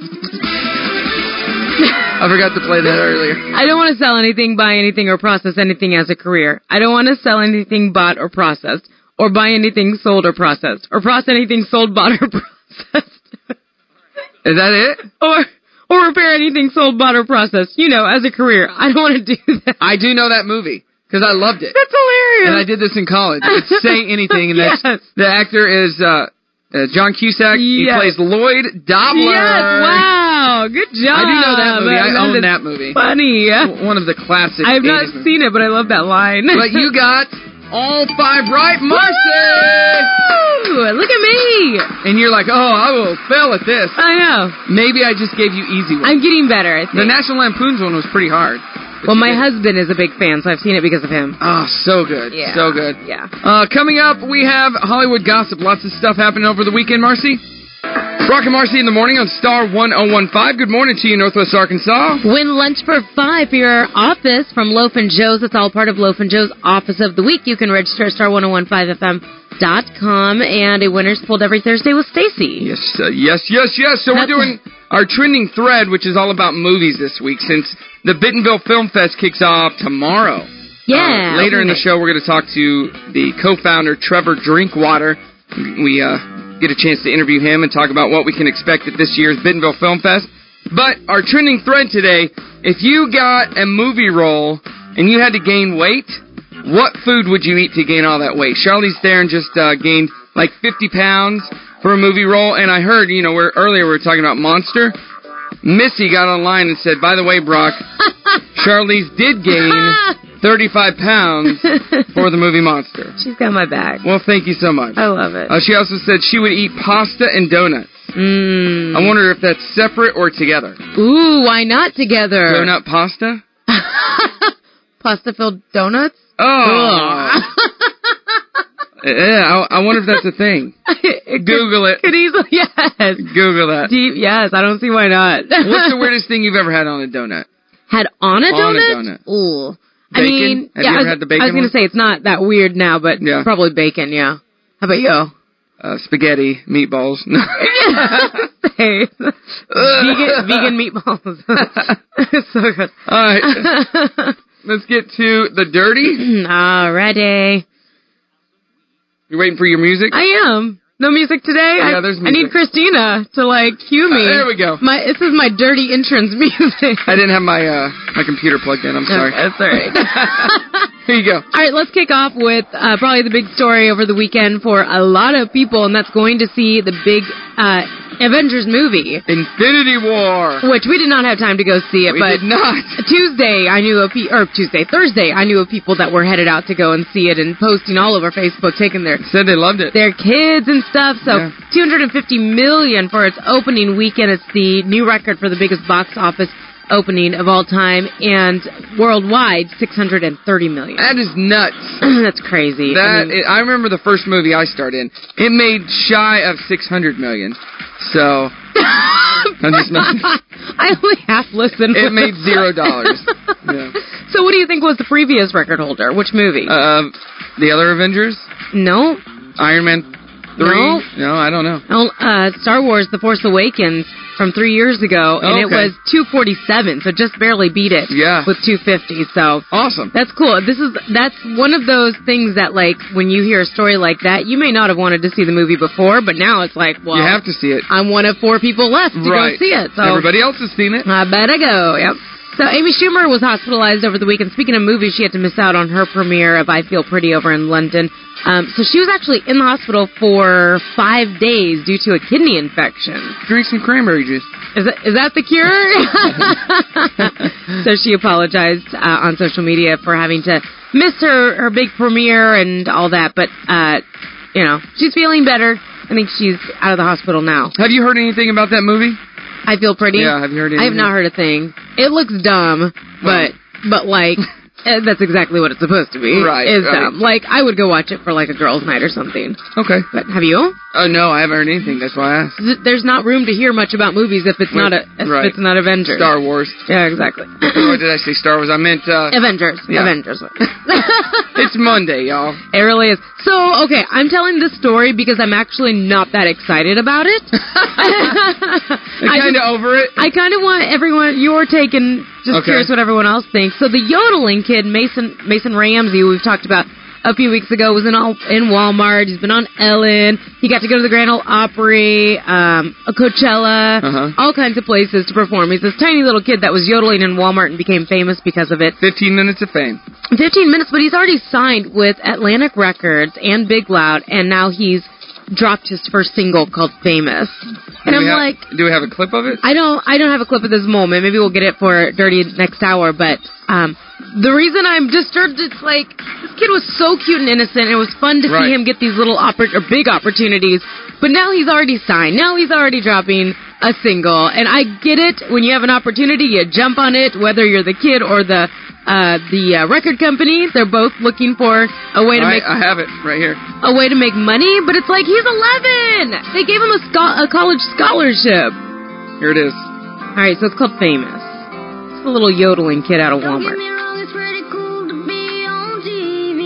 [SPEAKER 1] I forgot to play that earlier.
[SPEAKER 2] I don't want to sell anything, buy anything, or process anything as a career. I don't want to sell anything bought or processed, or buy anything sold or processed, or process anything sold, bought, or *laughs* processed,
[SPEAKER 1] Is that it?
[SPEAKER 2] or or repair anything sold, bought, or processed. You know, as a career, I don't want to do that.
[SPEAKER 1] I do know that movie because I loved it,
[SPEAKER 2] That's hilarious. *laughs*
[SPEAKER 1] and I did this in college. It's Say Anything, and that's
[SPEAKER 2] Yes.
[SPEAKER 1] the actor is uh, uh, John Cusack. He
[SPEAKER 2] Yes.
[SPEAKER 1] plays Lloyd Dobler.
[SPEAKER 2] Yes! Wow! Good job.
[SPEAKER 1] I do know that movie. I own
[SPEAKER 2] is
[SPEAKER 1] that movie.
[SPEAKER 2] Funny.
[SPEAKER 1] One of the classic.
[SPEAKER 2] I've not
[SPEAKER 1] 80s movies.
[SPEAKER 2] seen it, but I love that line.
[SPEAKER 1] But you
[SPEAKER 2] *laughs*
[SPEAKER 1] got all five right, Marcy,
[SPEAKER 2] Woo! Look at me.
[SPEAKER 1] and you're like, oh, I will fail at this.
[SPEAKER 2] I know.
[SPEAKER 1] Maybe I just gave you easy ones.
[SPEAKER 2] I'm getting better. I think.
[SPEAKER 1] The National Lampoon's one was pretty hard.
[SPEAKER 2] well, my husband is a big fan, so I've seen it because of him.
[SPEAKER 1] Oh, so good.
[SPEAKER 2] Yeah.
[SPEAKER 1] So good.
[SPEAKER 2] Yeah.
[SPEAKER 1] Uh, coming up, we have Hollywood gossip. Lots of stuff happening over the weekend, Marcy. Brock and Marcy in the morning on Star 1015. Good morning to you, Northwest Arkansas.
[SPEAKER 2] Win lunch for five for your office from Loaf and Joe's. It's all part of Loaf and Joe's Office of the Week. You can register at star1015fm.com, and a winner's pulled every Thursday with Stacy.
[SPEAKER 1] Yes, uh, yes, yes, yes. So we're
[SPEAKER 2] That's-
[SPEAKER 1] doing our trending thread, which is all about movies this week, since the Bentonville Film Fest kicks off tomorrow.
[SPEAKER 2] Yeah.
[SPEAKER 1] Uh, later in the
[SPEAKER 2] okay.
[SPEAKER 1] show, we're going to talk to the co-founder Trevor Drinkwater. We uh, get a chance to interview him and talk about what we can expect at this year's Bentonville Film Fest. But our trending thread today: if you got a movie role and you had to gain weight, what food would you eat to gain all that weight? Charlize Theron just uh, gained like 50 pounds for a movie role, and I heard, you know, where earlier we were talking about Monster. Missy got online and said, "By the way,
[SPEAKER 2] *laughs*
[SPEAKER 1] Brock, Charlize did gain." 35
[SPEAKER 2] *laughs*
[SPEAKER 1] pounds for the movie Monster.
[SPEAKER 2] She's got my back.
[SPEAKER 1] Well, thank you so much.
[SPEAKER 2] I love it.
[SPEAKER 1] Uh, she also said she would eat pasta and donuts.
[SPEAKER 2] Mm.
[SPEAKER 1] I wonder if that's separate or together.
[SPEAKER 2] Ooh, why not together?
[SPEAKER 1] Donut pasta?
[SPEAKER 2] *laughs* Pasta filled donuts? *laughs*
[SPEAKER 1] Oh. yeah, I, I wonder if that's a
[SPEAKER 2] *laughs*
[SPEAKER 1] thing.
[SPEAKER 2] It
[SPEAKER 1] Google it.
[SPEAKER 2] Could easily, *laughs* yes.
[SPEAKER 1] Google that.
[SPEAKER 2] Deep, yes, I don't see why not.
[SPEAKER 1] What's the weirdest thing you've ever had on a donut?
[SPEAKER 2] *laughs* Had on a
[SPEAKER 1] On a
[SPEAKER 2] donut? Ooh. I
[SPEAKER 1] Bacon?
[SPEAKER 2] mean,
[SPEAKER 1] Have you
[SPEAKER 2] yeah,
[SPEAKER 1] ever
[SPEAKER 2] I was,
[SPEAKER 1] had the bacon
[SPEAKER 2] I was gonna
[SPEAKER 1] one?
[SPEAKER 2] say it's not that weird now, but
[SPEAKER 1] Yeah.
[SPEAKER 2] probably bacon, yeah. How about you?
[SPEAKER 1] *laughs* Uh, spaghetti, meatballs. *laughs* No.
[SPEAKER 2] Say, vegan, vegan meatballs. *laughs* so good.
[SPEAKER 1] *laughs*
[SPEAKER 2] *laughs*
[SPEAKER 1] All right, let's get to the dirty.
[SPEAKER 2] Alrighty.
[SPEAKER 1] You waiting for your music?
[SPEAKER 2] I am. No music today.
[SPEAKER 1] Yeah,
[SPEAKER 2] I,
[SPEAKER 1] there's
[SPEAKER 2] I need
[SPEAKER 1] music.
[SPEAKER 2] Christina to like cue me.
[SPEAKER 1] Uh, there we go.
[SPEAKER 2] My this is my dirty entrance *laughs* music.
[SPEAKER 1] I didn't have my uh, my computer plugged in. I'm sorry.
[SPEAKER 2] Okay, that's all right.
[SPEAKER 1] *laughs* Here you go.
[SPEAKER 2] all right, let's kick off with uh, probably the big story over the weekend for a lot of people, and that's going to see the big uh, Avengers movie,
[SPEAKER 1] Infinity War.
[SPEAKER 2] which we did not have time to go see it,
[SPEAKER 1] We
[SPEAKER 2] but
[SPEAKER 1] did
[SPEAKER 2] *laughs*
[SPEAKER 1] not.
[SPEAKER 2] Tuesday, I knew of pe- or Tuesday, Thursday, I knew of people that were headed out to go and see it and posting all over Facebook, taking their
[SPEAKER 1] Said they loved it.
[SPEAKER 2] their kids and stuff. So
[SPEAKER 1] Yeah.
[SPEAKER 2] 250 million for its opening weekend. It's the new record for the biggest box office opening of all time, and worldwide 630 million. *clears throat*
[SPEAKER 1] That is nuts.
[SPEAKER 2] That's crazy. I
[SPEAKER 1] That
[SPEAKER 2] mean,
[SPEAKER 1] I remember the first movie I starred in. It made shy of six hundred million. So I'm just messing.
[SPEAKER 2] *laughs* I only half listened.
[SPEAKER 1] It
[SPEAKER 2] *laughs*
[SPEAKER 1] made zero dollars. Yeah.
[SPEAKER 2] So what do you think was the previous record holder? Which movie?
[SPEAKER 1] Uh, the other Avengers,
[SPEAKER 2] no,
[SPEAKER 1] Iron Man three. no,
[SPEAKER 2] No.
[SPEAKER 1] I don't know.
[SPEAKER 2] Oh, uh, Star Wars: The Force Awakens from three years ago, and it
[SPEAKER 1] Okay.
[SPEAKER 2] was 247, so just barely beat it.
[SPEAKER 1] Yeah.
[SPEAKER 2] with 250. So
[SPEAKER 1] Awesome.
[SPEAKER 2] that's cool. This is that's one of those things that like when you hear a story like that, you may not have wanted to see the movie before, but now it's like, well,
[SPEAKER 1] you have to see it.
[SPEAKER 2] I'm one of four people left to
[SPEAKER 1] right.
[SPEAKER 2] go see it. So
[SPEAKER 1] Everybody else has seen it.
[SPEAKER 2] Uh, I better go. Yep. So Amy Schumer was hospitalized over the weekend. Speaking of movies, she had to miss out on her premiere of I Feel Pretty over in London. Um, so she was actually in the hospital for five days due to a kidney infection.
[SPEAKER 1] Drink some cranberry juice.
[SPEAKER 2] Is that, is that the cure? *laughs* so she apologized uh, on social media for having to miss her, her big premiere and all that. But, uh, you know, she's feeling better. I think she's out of the hospital now.
[SPEAKER 1] Have you heard anything about that movie?
[SPEAKER 2] I feel pretty.
[SPEAKER 1] Yeah, have you heard
[SPEAKER 2] I have
[SPEAKER 1] anything?
[SPEAKER 2] not heard a thing. It looks dumb, but but like
[SPEAKER 1] *laughs*
[SPEAKER 2] eh, that's exactly what it's supposed to be.
[SPEAKER 1] Right,
[SPEAKER 2] It's
[SPEAKER 1] right.
[SPEAKER 2] dumb. Like I would go watch it for like a girls' night or something.
[SPEAKER 1] Okay.
[SPEAKER 2] But have you?
[SPEAKER 1] Oh no, I haven't heard anything. That's why I asked.
[SPEAKER 2] Th- There's not room to hear much about movies if it's not a if
[SPEAKER 1] Right.
[SPEAKER 2] it's not Avengers.
[SPEAKER 1] Star Wars.
[SPEAKER 2] Yeah,
[SPEAKER 1] *laughs*
[SPEAKER 2] exactly.
[SPEAKER 1] Or did I say Star Wars? I meant uh,
[SPEAKER 2] Avengers.
[SPEAKER 1] Yeah.
[SPEAKER 2] Avengers.
[SPEAKER 1] *laughs*
[SPEAKER 2] *laughs*
[SPEAKER 1] it's Monday, y'all.
[SPEAKER 2] it really is. So okay, I'm telling this story because I'm actually not that excited
[SPEAKER 1] *laughs*
[SPEAKER 2] about it. *laughs* I
[SPEAKER 1] Kind
[SPEAKER 2] just-
[SPEAKER 1] of over it.
[SPEAKER 2] I kind of want everyone your take and just
[SPEAKER 1] Okay.
[SPEAKER 2] curious what everyone else thinks. So the yodeling kid Mason Mason Ramsey, who we've talked about a few weeks ago, was in all, in Walmart. He's been on Ellen. He got to go to the Grand Ole Opry, um, a Coachella,
[SPEAKER 1] Uh-huh.
[SPEAKER 2] all kinds of places to perform. He's this tiny little kid that was yodeling in Walmart and became famous because of it.
[SPEAKER 1] Fifteen minutes of fame.
[SPEAKER 2] 15 minutes, but he's already signed with Atlantic Records and Big Loud, and now he's dropped his first single called Famous. And
[SPEAKER 1] Do
[SPEAKER 2] I'm
[SPEAKER 1] we have-
[SPEAKER 2] like,
[SPEAKER 1] do we have a clip of it?
[SPEAKER 2] I don't I don't have a clip of this moment. Maybe we'll get it for Dirty next hour, but um the reason I'm disturbed it's like this kid was so cute and innocent. It was fun to
[SPEAKER 1] Right.
[SPEAKER 2] see him get these little oppor- or big opportunities, but now he's already signed. Now he's already dropping a single, and I get it. When you have an opportunity, you jump on it. Whether you're the kid or the uh, the uh, record company, they're both looking for a way to
[SPEAKER 1] All
[SPEAKER 2] make
[SPEAKER 1] right, I have it right here.
[SPEAKER 2] a way to make money. But it's like he's 11. They gave him a, scho- a college scholarship.
[SPEAKER 1] Here it is.
[SPEAKER 2] All right, so it's called Famous. It's a little yodeling kid out of
[SPEAKER 3] Don't get
[SPEAKER 2] Walmart.
[SPEAKER 3] me wrong, it's pretty cool to be on TV.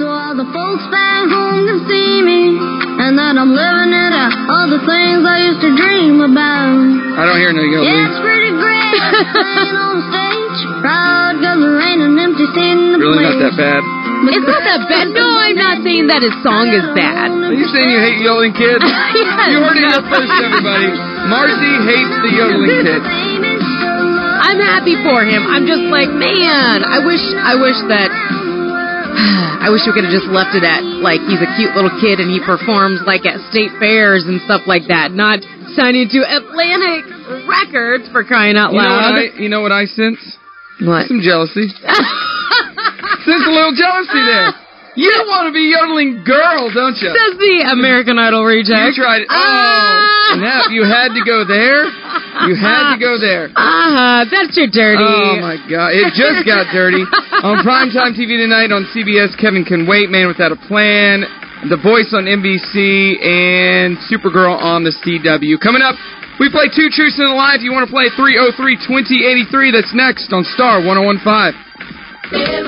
[SPEAKER 3] So all the folks back home can see me. And that I'm living it out. All the things I used to dream about.
[SPEAKER 1] I don't hear no yelling.
[SPEAKER 3] Yeah, it's pretty
[SPEAKER 1] *laughs*
[SPEAKER 3] great. playing on stage. Proud girls, there ain't an empty seat in the
[SPEAKER 1] Really not
[SPEAKER 3] place.
[SPEAKER 1] that bad.
[SPEAKER 3] But
[SPEAKER 2] It's not that bad. No, I'm not saying that his song is bad. *laughs*
[SPEAKER 1] Are you saying you hate yodeling kids? you heard it here first, everybody. Marcy hates the yodeling kid.
[SPEAKER 2] I'm happy for him. I'm just like, man, I wish, I wish that, *sighs* I wish we could have just left it at like he's a cute little kid and he performs like at state fairs and stuff like that, not signing to Atlantic Records for crying out
[SPEAKER 1] You know what I?
[SPEAKER 2] loud.
[SPEAKER 1] You know what I sense?
[SPEAKER 2] What? *laughs*
[SPEAKER 1] Some jealousy. sense a little jealousy there. You want to be yodeling girl, don't you?
[SPEAKER 2] Says the American Idol
[SPEAKER 1] You
[SPEAKER 2] reject.
[SPEAKER 1] tried it. Oh,
[SPEAKER 2] Ah.
[SPEAKER 1] snap! You had to go there. You had to
[SPEAKER 2] *laughs*
[SPEAKER 1] go there.
[SPEAKER 2] Ah, that's your dirty.
[SPEAKER 1] Oh my god, it just got
[SPEAKER 2] *laughs*
[SPEAKER 1] dirty. on primetime TV tonight on CBS, Kevin Can Wait, Man Without a Plan, The Voice on NBC, and Supergirl on the CW. Coming up, we play Two Truths and a Lie. If you want to play 303 2083, that's next on Star 1015.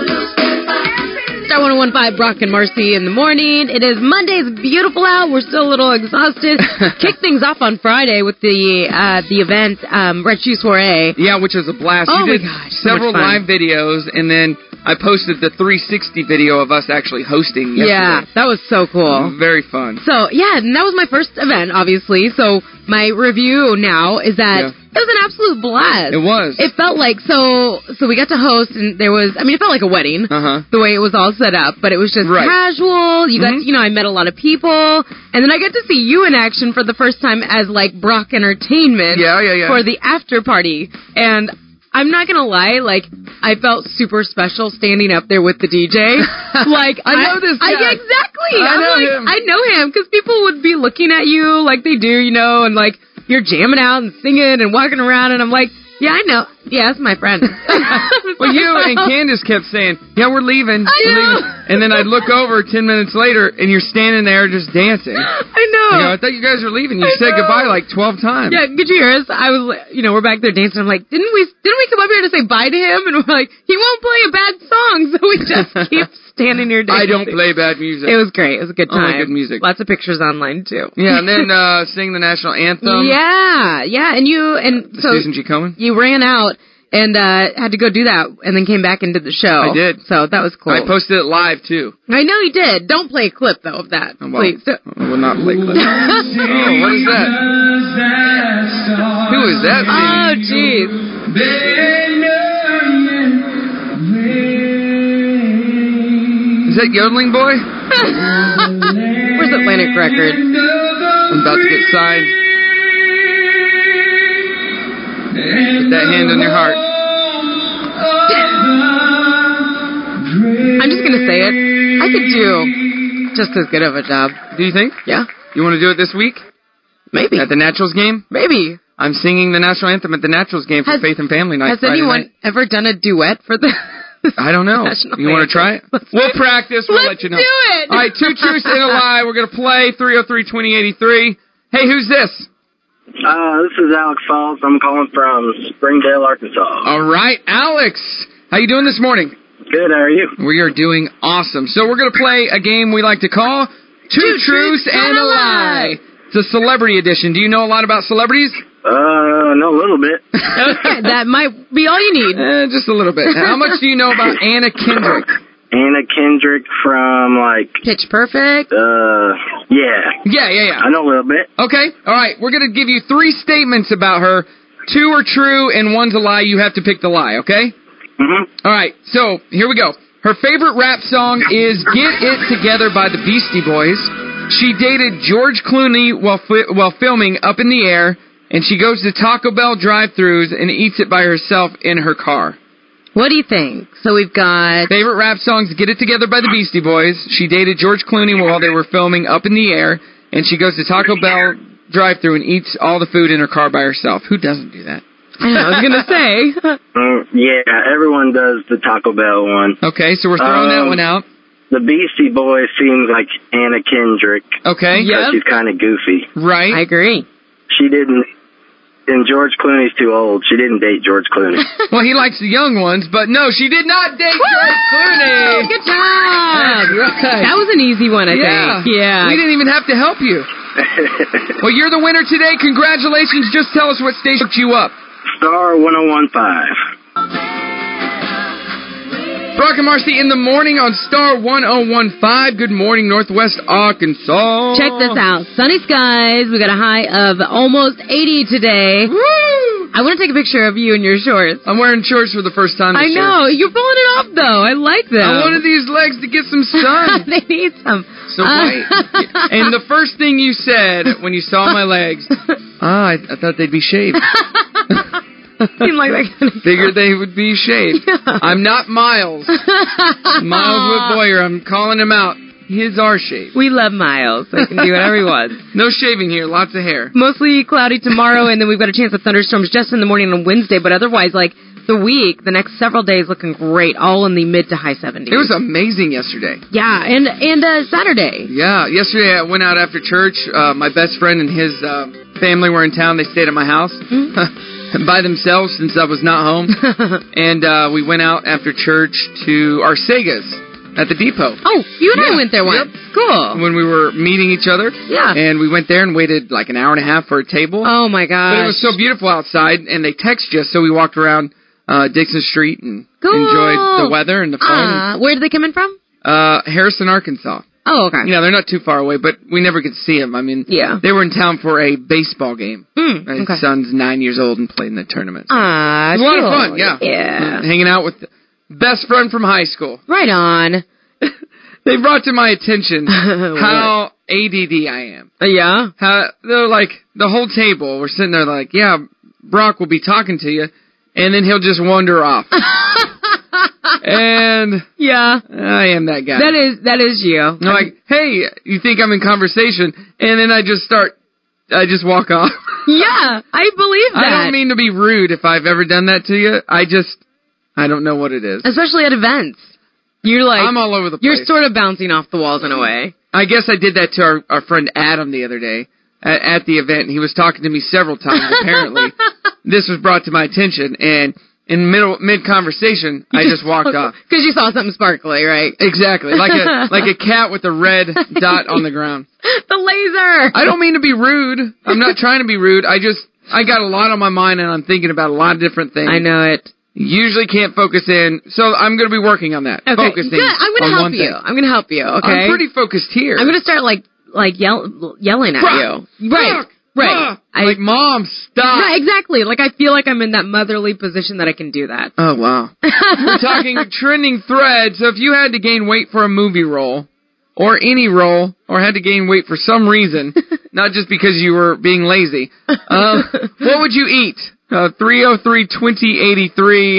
[SPEAKER 2] Star 1015, Brock and Marcy in the morning. It is Monday's beautiful out. We're still a little
[SPEAKER 1] *laughs*
[SPEAKER 2] exhausted. Kick things off on Friday with the uh, the event, um, Red Shoe Soiree.
[SPEAKER 1] Yeah, which is a blast. you
[SPEAKER 2] Oh my
[SPEAKER 1] did
[SPEAKER 2] gosh, so
[SPEAKER 1] several
[SPEAKER 2] much fun.
[SPEAKER 1] live videos, and then I posted the 360 video of us actually hosting
[SPEAKER 2] Yeah,
[SPEAKER 1] yesterday.
[SPEAKER 2] that was so cool.
[SPEAKER 1] Very fun.
[SPEAKER 2] So yeah, and that was my first event, obviously. So my review now is that
[SPEAKER 1] Yeah.
[SPEAKER 2] it was an absolute blast.
[SPEAKER 1] It was.
[SPEAKER 2] It felt like so. So we got to host, and there was. I mean, it felt like a wedding.
[SPEAKER 1] uh huh.
[SPEAKER 2] the way it was all set up, but it was just
[SPEAKER 1] Right.
[SPEAKER 2] casual. You got,
[SPEAKER 1] Mhm.
[SPEAKER 2] you know, I met a lot of people, and then I got to see you in action for the first time as like Brock Entertainment
[SPEAKER 1] Yeah, yeah, yeah.
[SPEAKER 2] for the after party. And I'm not gonna lie, like I felt super special standing up there with the
[SPEAKER 1] *laughs*
[SPEAKER 2] DJ. like
[SPEAKER 1] I know this
[SPEAKER 2] I,
[SPEAKER 1] guy.
[SPEAKER 2] exactly.
[SPEAKER 1] I
[SPEAKER 2] am
[SPEAKER 1] know
[SPEAKER 2] like,
[SPEAKER 1] him.
[SPEAKER 2] I know him because people would be looking at you like they do, you know, and like you're jamming out and singing and walking around, and I'm like. Yeah, I know. Yeah, that's my
[SPEAKER 1] *laughs*
[SPEAKER 2] friend.
[SPEAKER 1] *laughs*
[SPEAKER 2] *laughs*
[SPEAKER 1] Well, you and Candace kept saying, "Yeah, we're leaving."
[SPEAKER 2] I
[SPEAKER 1] we're
[SPEAKER 2] know.
[SPEAKER 1] leaving." And then I'd look over ten minutes later, and you're standing there just dancing. You
[SPEAKER 2] I know.
[SPEAKER 1] know, I thought you guys were leaving. You
[SPEAKER 2] I
[SPEAKER 1] said
[SPEAKER 2] know.
[SPEAKER 1] goodbye like twelve times.
[SPEAKER 2] Yeah, could you hear us? I was, like- you know, we're back there dancing. I'm like, didn't we, didn't we come up here to say bye to him? And we're like, he won't play a bad song, *laughs* so we just
[SPEAKER 1] *laughs*
[SPEAKER 2] keep standing here dancing.
[SPEAKER 1] I don't play bad music.
[SPEAKER 2] It was great. It was a good
[SPEAKER 1] Oh, my
[SPEAKER 2] time.
[SPEAKER 1] good music.
[SPEAKER 2] Lots of pictures online too.
[SPEAKER 1] yeah,
[SPEAKER 2] *laughs*
[SPEAKER 1] and then um, uh, sing the national anthem.
[SPEAKER 2] yeah, yeah, and you and so
[SPEAKER 1] Susan G. Komen.
[SPEAKER 2] you ran out and uh had to go do that, and then came back and did the show.
[SPEAKER 1] I did.
[SPEAKER 2] So that was cool.
[SPEAKER 1] I posted it live too.
[SPEAKER 2] I know you did. Don't play a clip though of that,
[SPEAKER 1] Oh, well,
[SPEAKER 2] please.
[SPEAKER 1] *laughs*
[SPEAKER 2] Don't-
[SPEAKER 1] I will not play
[SPEAKER 2] *laughs*
[SPEAKER 1] clips. Oh, what is that? Who is that?
[SPEAKER 2] oh, jeez. *laughs*
[SPEAKER 1] Is that Yodeling Boy?
[SPEAKER 2] Where's Atlantic Records?
[SPEAKER 1] I'm about to get signed. *sighs* Put
[SPEAKER 3] *laughs*
[SPEAKER 1] that hand on your heart.
[SPEAKER 2] I'm just gonna say it. I could do just as good of a job.
[SPEAKER 1] Do you think?
[SPEAKER 2] Yeah,
[SPEAKER 1] You want to do it this week?
[SPEAKER 2] maybe,
[SPEAKER 1] At the Naturals game?
[SPEAKER 2] maybe.
[SPEAKER 1] I'm singing the national anthem at the Naturals game for
[SPEAKER 2] Has-
[SPEAKER 1] Faith and Family Night.
[SPEAKER 2] Has
[SPEAKER 1] Friday
[SPEAKER 2] anyone
[SPEAKER 1] night.
[SPEAKER 2] ever done a duet for the?
[SPEAKER 1] I don't know.
[SPEAKER 2] *laughs* National
[SPEAKER 1] You want to
[SPEAKER 2] anthem?
[SPEAKER 1] *laughs* try it?
[SPEAKER 2] Let's-
[SPEAKER 1] we'll practice. We'll
[SPEAKER 2] Let's
[SPEAKER 1] let you know.
[SPEAKER 2] do it.
[SPEAKER 1] All right, two truths and a lie. We're going to play 303-2083. Hey, who's this?
[SPEAKER 4] Uh, this is Alex Falls. I'm calling from Springdale, Arkansas.
[SPEAKER 1] All right, Alex. How you doing this morning?
[SPEAKER 4] Good, how are you?
[SPEAKER 1] We are doing awesome. So we're going to play a game we like to call Two, Truths and a Lie. It's a celebrity edition. Do you know a lot about celebrities? *laughs*
[SPEAKER 4] Uh, no, a little bit.
[SPEAKER 2] that might be all you need.
[SPEAKER 1] Eh, just a little bit. How much do you know about Anna Kendrick?
[SPEAKER 4] Anna Kendrick from, like,
[SPEAKER 2] Pitch Perfect.
[SPEAKER 4] uh, yeah.
[SPEAKER 1] Yeah, yeah, yeah.
[SPEAKER 4] I know a little bit.
[SPEAKER 1] Okay. All right. We're going to give you three statements about her. Two are true and one's a lie. You have to pick the lie, okay?
[SPEAKER 4] hmm
[SPEAKER 1] All right. So here we go. Her favorite rap song is Get It Together by the Beastie Boys. She dated George Clooney while, fi- while filming Up in the Air, and she goes to Taco Bell drive thrus and eats it by herself in her car.
[SPEAKER 2] What do you think? So we've got
[SPEAKER 1] Favorite rap songs Get It Together by the Beastie Boys. She dated George Clooney while they were filming Up in the Air, and she goes to Taco Bell drive thru and eats all the food in her car by herself. Who doesn't do that?
[SPEAKER 2] I, know, I was gonna say.
[SPEAKER 4] Mm, yeah, everyone does the Taco Bell one.
[SPEAKER 1] Okay, so we're throwing that
[SPEAKER 4] Um,
[SPEAKER 1] one out.
[SPEAKER 4] The Beastie Boy seems like Anna Kendrick. 'cause
[SPEAKER 1] Okay.
[SPEAKER 2] Yeah.
[SPEAKER 4] She's kind of goofy.
[SPEAKER 2] I
[SPEAKER 1] Right. *laughs*
[SPEAKER 2] agree.
[SPEAKER 4] She didn't. And George Clooney's too old. She didn't date George
[SPEAKER 2] *laughs*
[SPEAKER 4] Clooney.
[SPEAKER 1] Well, he likes the young ones, but no, she did not date George Clooney.
[SPEAKER 2] Good job.
[SPEAKER 1] That's right.
[SPEAKER 2] That was an easy one, I
[SPEAKER 1] yeah.
[SPEAKER 2] think. Yeah.
[SPEAKER 1] We didn't even have to help you. Well, you're the winner today. Congratulations. Just tell us what station hooked you up.
[SPEAKER 4] Star 1015.
[SPEAKER 1] Brock and Marcy in the morning on Star 1015. Good morning, Northwest Arkansas.
[SPEAKER 2] Check this out. Sunny skies. We got a high of almost 80 today.
[SPEAKER 1] Woo!
[SPEAKER 2] I want to take a picture of you in your shorts.
[SPEAKER 1] I'm wearing shorts for the first time
[SPEAKER 2] I
[SPEAKER 1] this year.
[SPEAKER 2] know. You're pulling it off, though. I like them.
[SPEAKER 1] I wanted these legs to get some sun.
[SPEAKER 2] *laughs* they need some.
[SPEAKER 1] So white.
[SPEAKER 2] Uh.
[SPEAKER 1] and the first thing you said when you saw my
[SPEAKER 2] *laughs*
[SPEAKER 1] legs,
[SPEAKER 2] Uh,
[SPEAKER 1] ah, I, I thought they'd be shaved.
[SPEAKER 2] seem like that kind of
[SPEAKER 1] Figured they would be shaved. I'm not Miles. Miles with Boyer. I'm calling him out. His are shaved.
[SPEAKER 2] *laughs* We love Miles. I can do whatever he wants.
[SPEAKER 1] No shaving here. Lots of hair.
[SPEAKER 2] Mostly cloudy tomorrow, and then we've got a chance of thunderstorms just in the morning on Wednesday. But otherwise, like the week, the next several days looking great, all in the mid to high 70s.
[SPEAKER 1] It was amazing yesterday.
[SPEAKER 2] yeah, and and uh, *laughs* Saturday.
[SPEAKER 1] Yeah, yesterday I went out after church. Uh, my best friend and his uh, family were in town. They stayed at my house *laughs* by themselves since I was not home. and uh, we went out after church to our Segas at the depot
[SPEAKER 2] Oh, you and
[SPEAKER 1] Yeah,
[SPEAKER 2] I went there once. Cool.
[SPEAKER 1] when we were meeting each other.
[SPEAKER 2] Yeah.
[SPEAKER 1] And we went there and waited like an hour and a half for a table.
[SPEAKER 2] oh my
[SPEAKER 1] But it
[SPEAKER 2] gosh.
[SPEAKER 1] was so beautiful outside, and they texted us, so we walked around uh, Dixon Street and
[SPEAKER 2] Cool.
[SPEAKER 1] enjoyed the weather and the fun.
[SPEAKER 2] Uh, where are they coming from?
[SPEAKER 1] Uh, Harrison, Arkansas.
[SPEAKER 2] Oh,
[SPEAKER 1] You
[SPEAKER 2] okay.
[SPEAKER 1] know, they're not too far away, but we never could see them. I mean,
[SPEAKER 2] Yeah.
[SPEAKER 1] they were in town for a baseball game.
[SPEAKER 2] Mm,
[SPEAKER 1] My
[SPEAKER 2] okay.
[SPEAKER 1] son's nine years old and played in the tournament.
[SPEAKER 2] Ah,
[SPEAKER 1] It was a lot
[SPEAKER 2] cool.
[SPEAKER 1] of fun, yeah.
[SPEAKER 2] Yeah.
[SPEAKER 1] Hanging out with the best friend from high school.
[SPEAKER 2] Right on. *laughs*
[SPEAKER 1] they brought to my attention
[SPEAKER 2] What?
[SPEAKER 1] how ADD I am.
[SPEAKER 2] Uh, yeah.
[SPEAKER 1] How they're like the whole table. We're sitting there like, yeah, Brock will be talking to you, and then he'll just wander
[SPEAKER 2] *laughs*
[SPEAKER 1] off. and
[SPEAKER 2] Yeah.
[SPEAKER 1] I am that guy.
[SPEAKER 2] That is that is you.
[SPEAKER 1] I'm like, hey, you think I'm in conversation, and then I just start, I just walk
[SPEAKER 2] *laughs*
[SPEAKER 1] off.
[SPEAKER 2] Yeah, I believe that.
[SPEAKER 1] I don't mean to be rude if I've ever done that to you. I just, I don't know what it is.
[SPEAKER 2] especially at events. You're like
[SPEAKER 1] I'm all over the place.
[SPEAKER 2] you're sort of bouncing off the walls in a way.
[SPEAKER 1] I guess I did that to our, our friend Adam the other day at, at the event. He was talking to me several times.
[SPEAKER 2] *laughs*
[SPEAKER 1] Apparently, this was brought to my attention, and in middle mid conversation,
[SPEAKER 2] *laughs*
[SPEAKER 1] I just walked off.
[SPEAKER 2] because you saw something sparkly, right?
[SPEAKER 1] Exactly, like
[SPEAKER 2] *laughs*
[SPEAKER 1] a like a cat with a red dot on the ground.
[SPEAKER 2] the laser.
[SPEAKER 1] I don't mean to be rude. I'm not trying to be rude. I just I got a lot on my mind, and I'm thinking about a lot of different things.
[SPEAKER 2] I know it.
[SPEAKER 1] Usually can't focus in, so I'm going to be working on that.
[SPEAKER 2] Okay,
[SPEAKER 1] Focusing.
[SPEAKER 2] good. I'm
[SPEAKER 1] on
[SPEAKER 2] gonna
[SPEAKER 1] one
[SPEAKER 2] help you.
[SPEAKER 1] thing.
[SPEAKER 2] I'm gonna help you.
[SPEAKER 1] I'm
[SPEAKER 2] Okay.
[SPEAKER 1] pretty focused here.
[SPEAKER 2] I'm gonna start like like yell yelling at
[SPEAKER 1] Brock,
[SPEAKER 2] you. Right.
[SPEAKER 1] Brock,
[SPEAKER 2] right.
[SPEAKER 1] Brock.
[SPEAKER 2] I
[SPEAKER 1] like, mom, stop.
[SPEAKER 2] right. Exactly. Like I feel like I'm in that motherly position that I can do that.
[SPEAKER 1] Oh wow. We're *laughs*
[SPEAKER 2] *laughs*
[SPEAKER 1] talking trending thread. So if you had to gain weight for a movie role or any role or had to gain weight for some reason, *laughs* not just because you were being lazy, uh, what would you eat? Uh, 303-2083.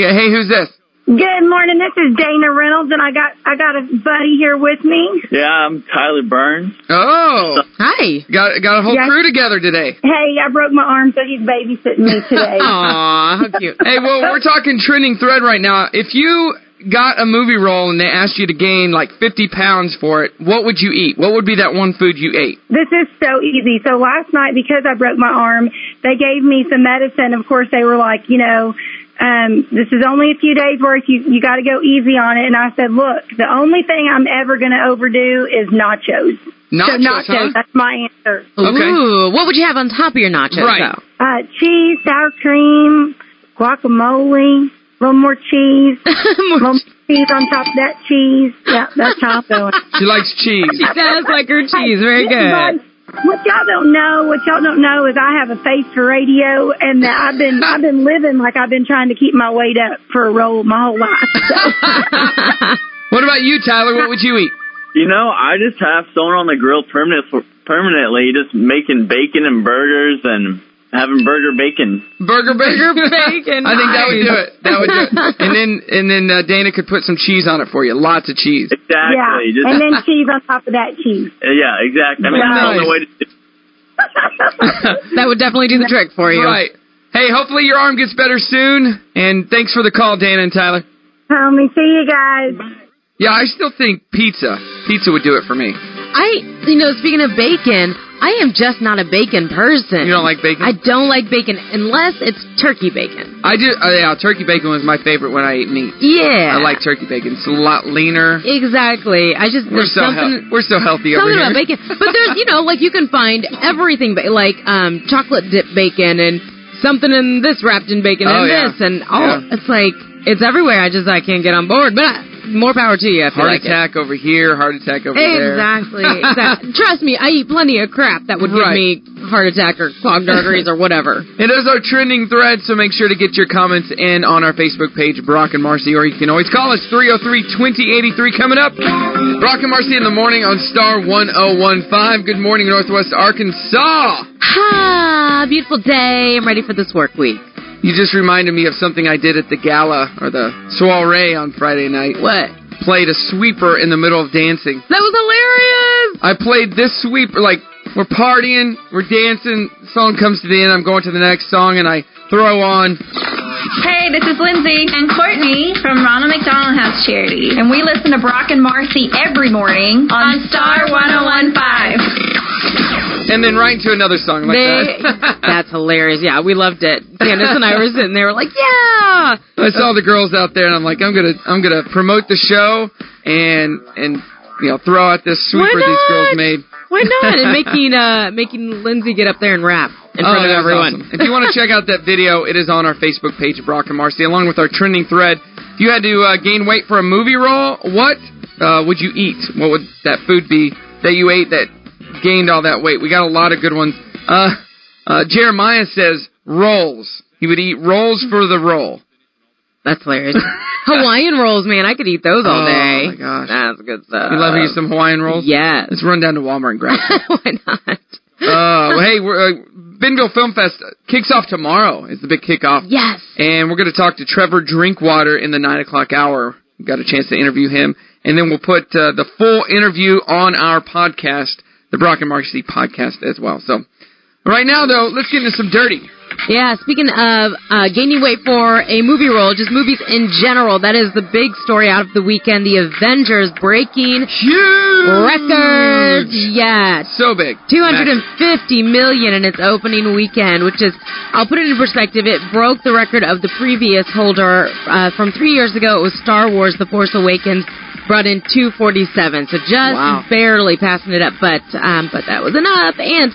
[SPEAKER 1] Hey, who's this?
[SPEAKER 5] Good morning. This is Dana Reynolds, and I got I got a buddy here with me.
[SPEAKER 6] Yeah, I'm Tyler Burns.
[SPEAKER 1] Oh,
[SPEAKER 2] Hi.
[SPEAKER 1] got got a whole
[SPEAKER 5] Yes.
[SPEAKER 1] crew together *laughs* today.
[SPEAKER 5] Hey, I broke my arm, so he's babysitting me
[SPEAKER 1] *laughs* Oh.
[SPEAKER 5] today.
[SPEAKER 2] Aw, how cute.
[SPEAKER 1] Hey, well, we're talking trending thread right now. If you got a movie role and they asked you to gain like 50 pounds for it, what would you eat? What would be that one food you ate?
[SPEAKER 5] This is so easy. So last night, because I broke my arm, they gave me some medicine. Of course, they were like, you know, um, this is only a few days worth. You you got to go easy on it. And I said, look, the only thing I'm ever going to overdo is nachos. so
[SPEAKER 1] Nachos,
[SPEAKER 5] nachos.
[SPEAKER 1] huh?
[SPEAKER 5] That's my answer.
[SPEAKER 1] Okay.
[SPEAKER 2] Ooh, what would you have on top of your nachos?
[SPEAKER 1] Right. *laughs*
[SPEAKER 2] Though?
[SPEAKER 5] Uh, cheese, sour cream, guacamole, a little more cheese.
[SPEAKER 2] More
[SPEAKER 5] Lump cheese on top of that cheese. Yeah, that's how I'm doing.
[SPEAKER 1] She likes cheese.
[SPEAKER 2] She does like her cheese. Very
[SPEAKER 5] But
[SPEAKER 2] good.
[SPEAKER 5] What y'all don't know, what y'all don't know is I have a face for radio, and that I've been I've been living like I've been trying to keep my weight up for a role my whole life. So,
[SPEAKER 2] *laughs*
[SPEAKER 1] What about you, Tyler? What would you eat?
[SPEAKER 6] You know, I just have someone on the grill permanent permanently, just making bacon and burgers and having burger bacon.
[SPEAKER 1] Burger bacon.
[SPEAKER 2] Burger bacon,
[SPEAKER 1] *laughs* I think that would
[SPEAKER 2] nice.
[SPEAKER 1] do it. That would do it. And then and then uh, Dana could put some cheese on it for you. Lots of cheese.
[SPEAKER 5] yeah,
[SPEAKER 6] Exactly. Just
[SPEAKER 5] and then cheese on top of that cheese.
[SPEAKER 6] yeah, exactly. I mean, that's the
[SPEAKER 1] Nice.
[SPEAKER 6] only way to do
[SPEAKER 2] That would definitely do the trick for you.
[SPEAKER 1] Right. Hey, hopefully your arm gets better soon. And thanks for the call, Dana and Tyler.
[SPEAKER 5] Homie, see you guys.
[SPEAKER 1] Yeah, I still think pizza. Pizza would do it for me.
[SPEAKER 2] I, you know, speaking of bacon, I am just not a bacon person.
[SPEAKER 1] You don't like bacon?
[SPEAKER 2] I don't like bacon unless it's turkey bacon.
[SPEAKER 1] I do. Uh, yeah, turkey bacon was my favorite when I ate meat.
[SPEAKER 2] Yeah.
[SPEAKER 1] I like turkey bacon. It's a lot leaner.
[SPEAKER 2] Exactly. I just
[SPEAKER 1] We're
[SPEAKER 2] there's
[SPEAKER 1] so
[SPEAKER 2] something
[SPEAKER 1] healthy. we're so healthy over
[SPEAKER 2] something
[SPEAKER 1] here.
[SPEAKER 2] about bacon. But there's, you know, like you can find everything, ba- like um, chocolate dip bacon and something in this wrapped in bacon
[SPEAKER 1] Oh,
[SPEAKER 2] and
[SPEAKER 1] yeah.
[SPEAKER 2] this and all.
[SPEAKER 1] Yeah.
[SPEAKER 2] It's like it's everywhere. I just I can't get on board. But I, more power to you
[SPEAKER 1] *laughs*
[SPEAKER 2] if
[SPEAKER 1] Heart
[SPEAKER 2] you like it.
[SPEAKER 1] attack over here. Heart attack over there.
[SPEAKER 2] Exactly.
[SPEAKER 1] *laughs*
[SPEAKER 2] exactly. Trust me, I eat plenty of crap that would give
[SPEAKER 1] Right.
[SPEAKER 2] me heart attack or clogged arteries or
[SPEAKER 1] *laughs*
[SPEAKER 2] whatever.
[SPEAKER 1] It is our trending thread, so make sure to get your comments in on our Facebook page, Brock and Marcy, or you can always call us 303-2083 coming up. Brock and Marcy in the morning on Star 1015. Good morning, Northwest Arkansas.
[SPEAKER 2] Ah, beautiful day. I'm ready for this work week.
[SPEAKER 1] You just reminded me of something I did at the gala or the soiree on Friday night.
[SPEAKER 2] What?
[SPEAKER 1] Played a sweeper in the middle of dancing.
[SPEAKER 2] That was hilarious.
[SPEAKER 1] I played this sweeper, like, we're partying, we're dancing, song comes to the end, I'm going to the next song, and I throw on
[SPEAKER 7] Hey, this is Lindsay and Courtney from Ronald McDonald House Charity. And we listen to Brock and Marcy every morning on, Star 1015.
[SPEAKER 1] and then right into another song like *laughs*
[SPEAKER 2] They, *laughs*
[SPEAKER 1] that.
[SPEAKER 2] that's hilarious. Yeah, we loved it. Candace and I were sitting there, like, yeah.
[SPEAKER 1] I saw the girls out there, and I'm like, I'm gonna, I'm gonna promote the show, and and you know, throw out this
[SPEAKER 2] Why
[SPEAKER 1] sweeper these
[SPEAKER 2] not?
[SPEAKER 1] girls made.
[SPEAKER 2] Why not? And making uh, making Lindsay get up there and rap. in
[SPEAKER 1] Oh,
[SPEAKER 2] front of
[SPEAKER 1] that was
[SPEAKER 2] everyone.
[SPEAKER 1] awesome. if you want to check out that video, it is on our Facebook page, Brock and Marcy, along with our trending thread. If you had to uh, gain weight for a movie role, what uh, would you eat? What would that food be that you ate that gained all that weight? We got a lot of good ones. Uh, uh, Jeremiah says rolls. He would eat rolls for the role.
[SPEAKER 2] *laughs* That's
[SPEAKER 1] *laughs*
[SPEAKER 2] hilarious. Hawaiian rolls, man, I could eat those all
[SPEAKER 1] Oh,
[SPEAKER 2] day. Uh,
[SPEAKER 1] my gosh.
[SPEAKER 2] that's good stuff.
[SPEAKER 1] You love you some Hawaiian rolls?
[SPEAKER 2] Yes.
[SPEAKER 1] Let's run down to Walmart and grab
[SPEAKER 2] *laughs*
[SPEAKER 1] some.
[SPEAKER 2] Why not?
[SPEAKER 1] uh, well, hey, we're, uh, Bengal Film Fest kicks off tomorrow. It's the big kickoff.
[SPEAKER 2] Yes.
[SPEAKER 1] And we're going to talk to Trevor Drinkwater in the 9 o'clock hour. We got a chance to interview him. And then we'll put uh, the full interview on our podcast, the Brock and Marcy podcast as well. So right now, though, let's get into some dirty.
[SPEAKER 2] Yeah, speaking of uh, gaining weight for a movie role, just movies in general, that is the big story out of the weekend. The Avengers breaking
[SPEAKER 1] Huge!
[SPEAKER 2] records. Yeah.
[SPEAKER 1] So big.
[SPEAKER 2] 250 million in its opening weekend, which is, I'll put it in perspective, it broke the record of the previous holder uh, from three years ago. It was Star Wars The Force Awakens, brought in 247. So just
[SPEAKER 1] Wow.
[SPEAKER 2] barely passing it up, but, um, but that was enough. And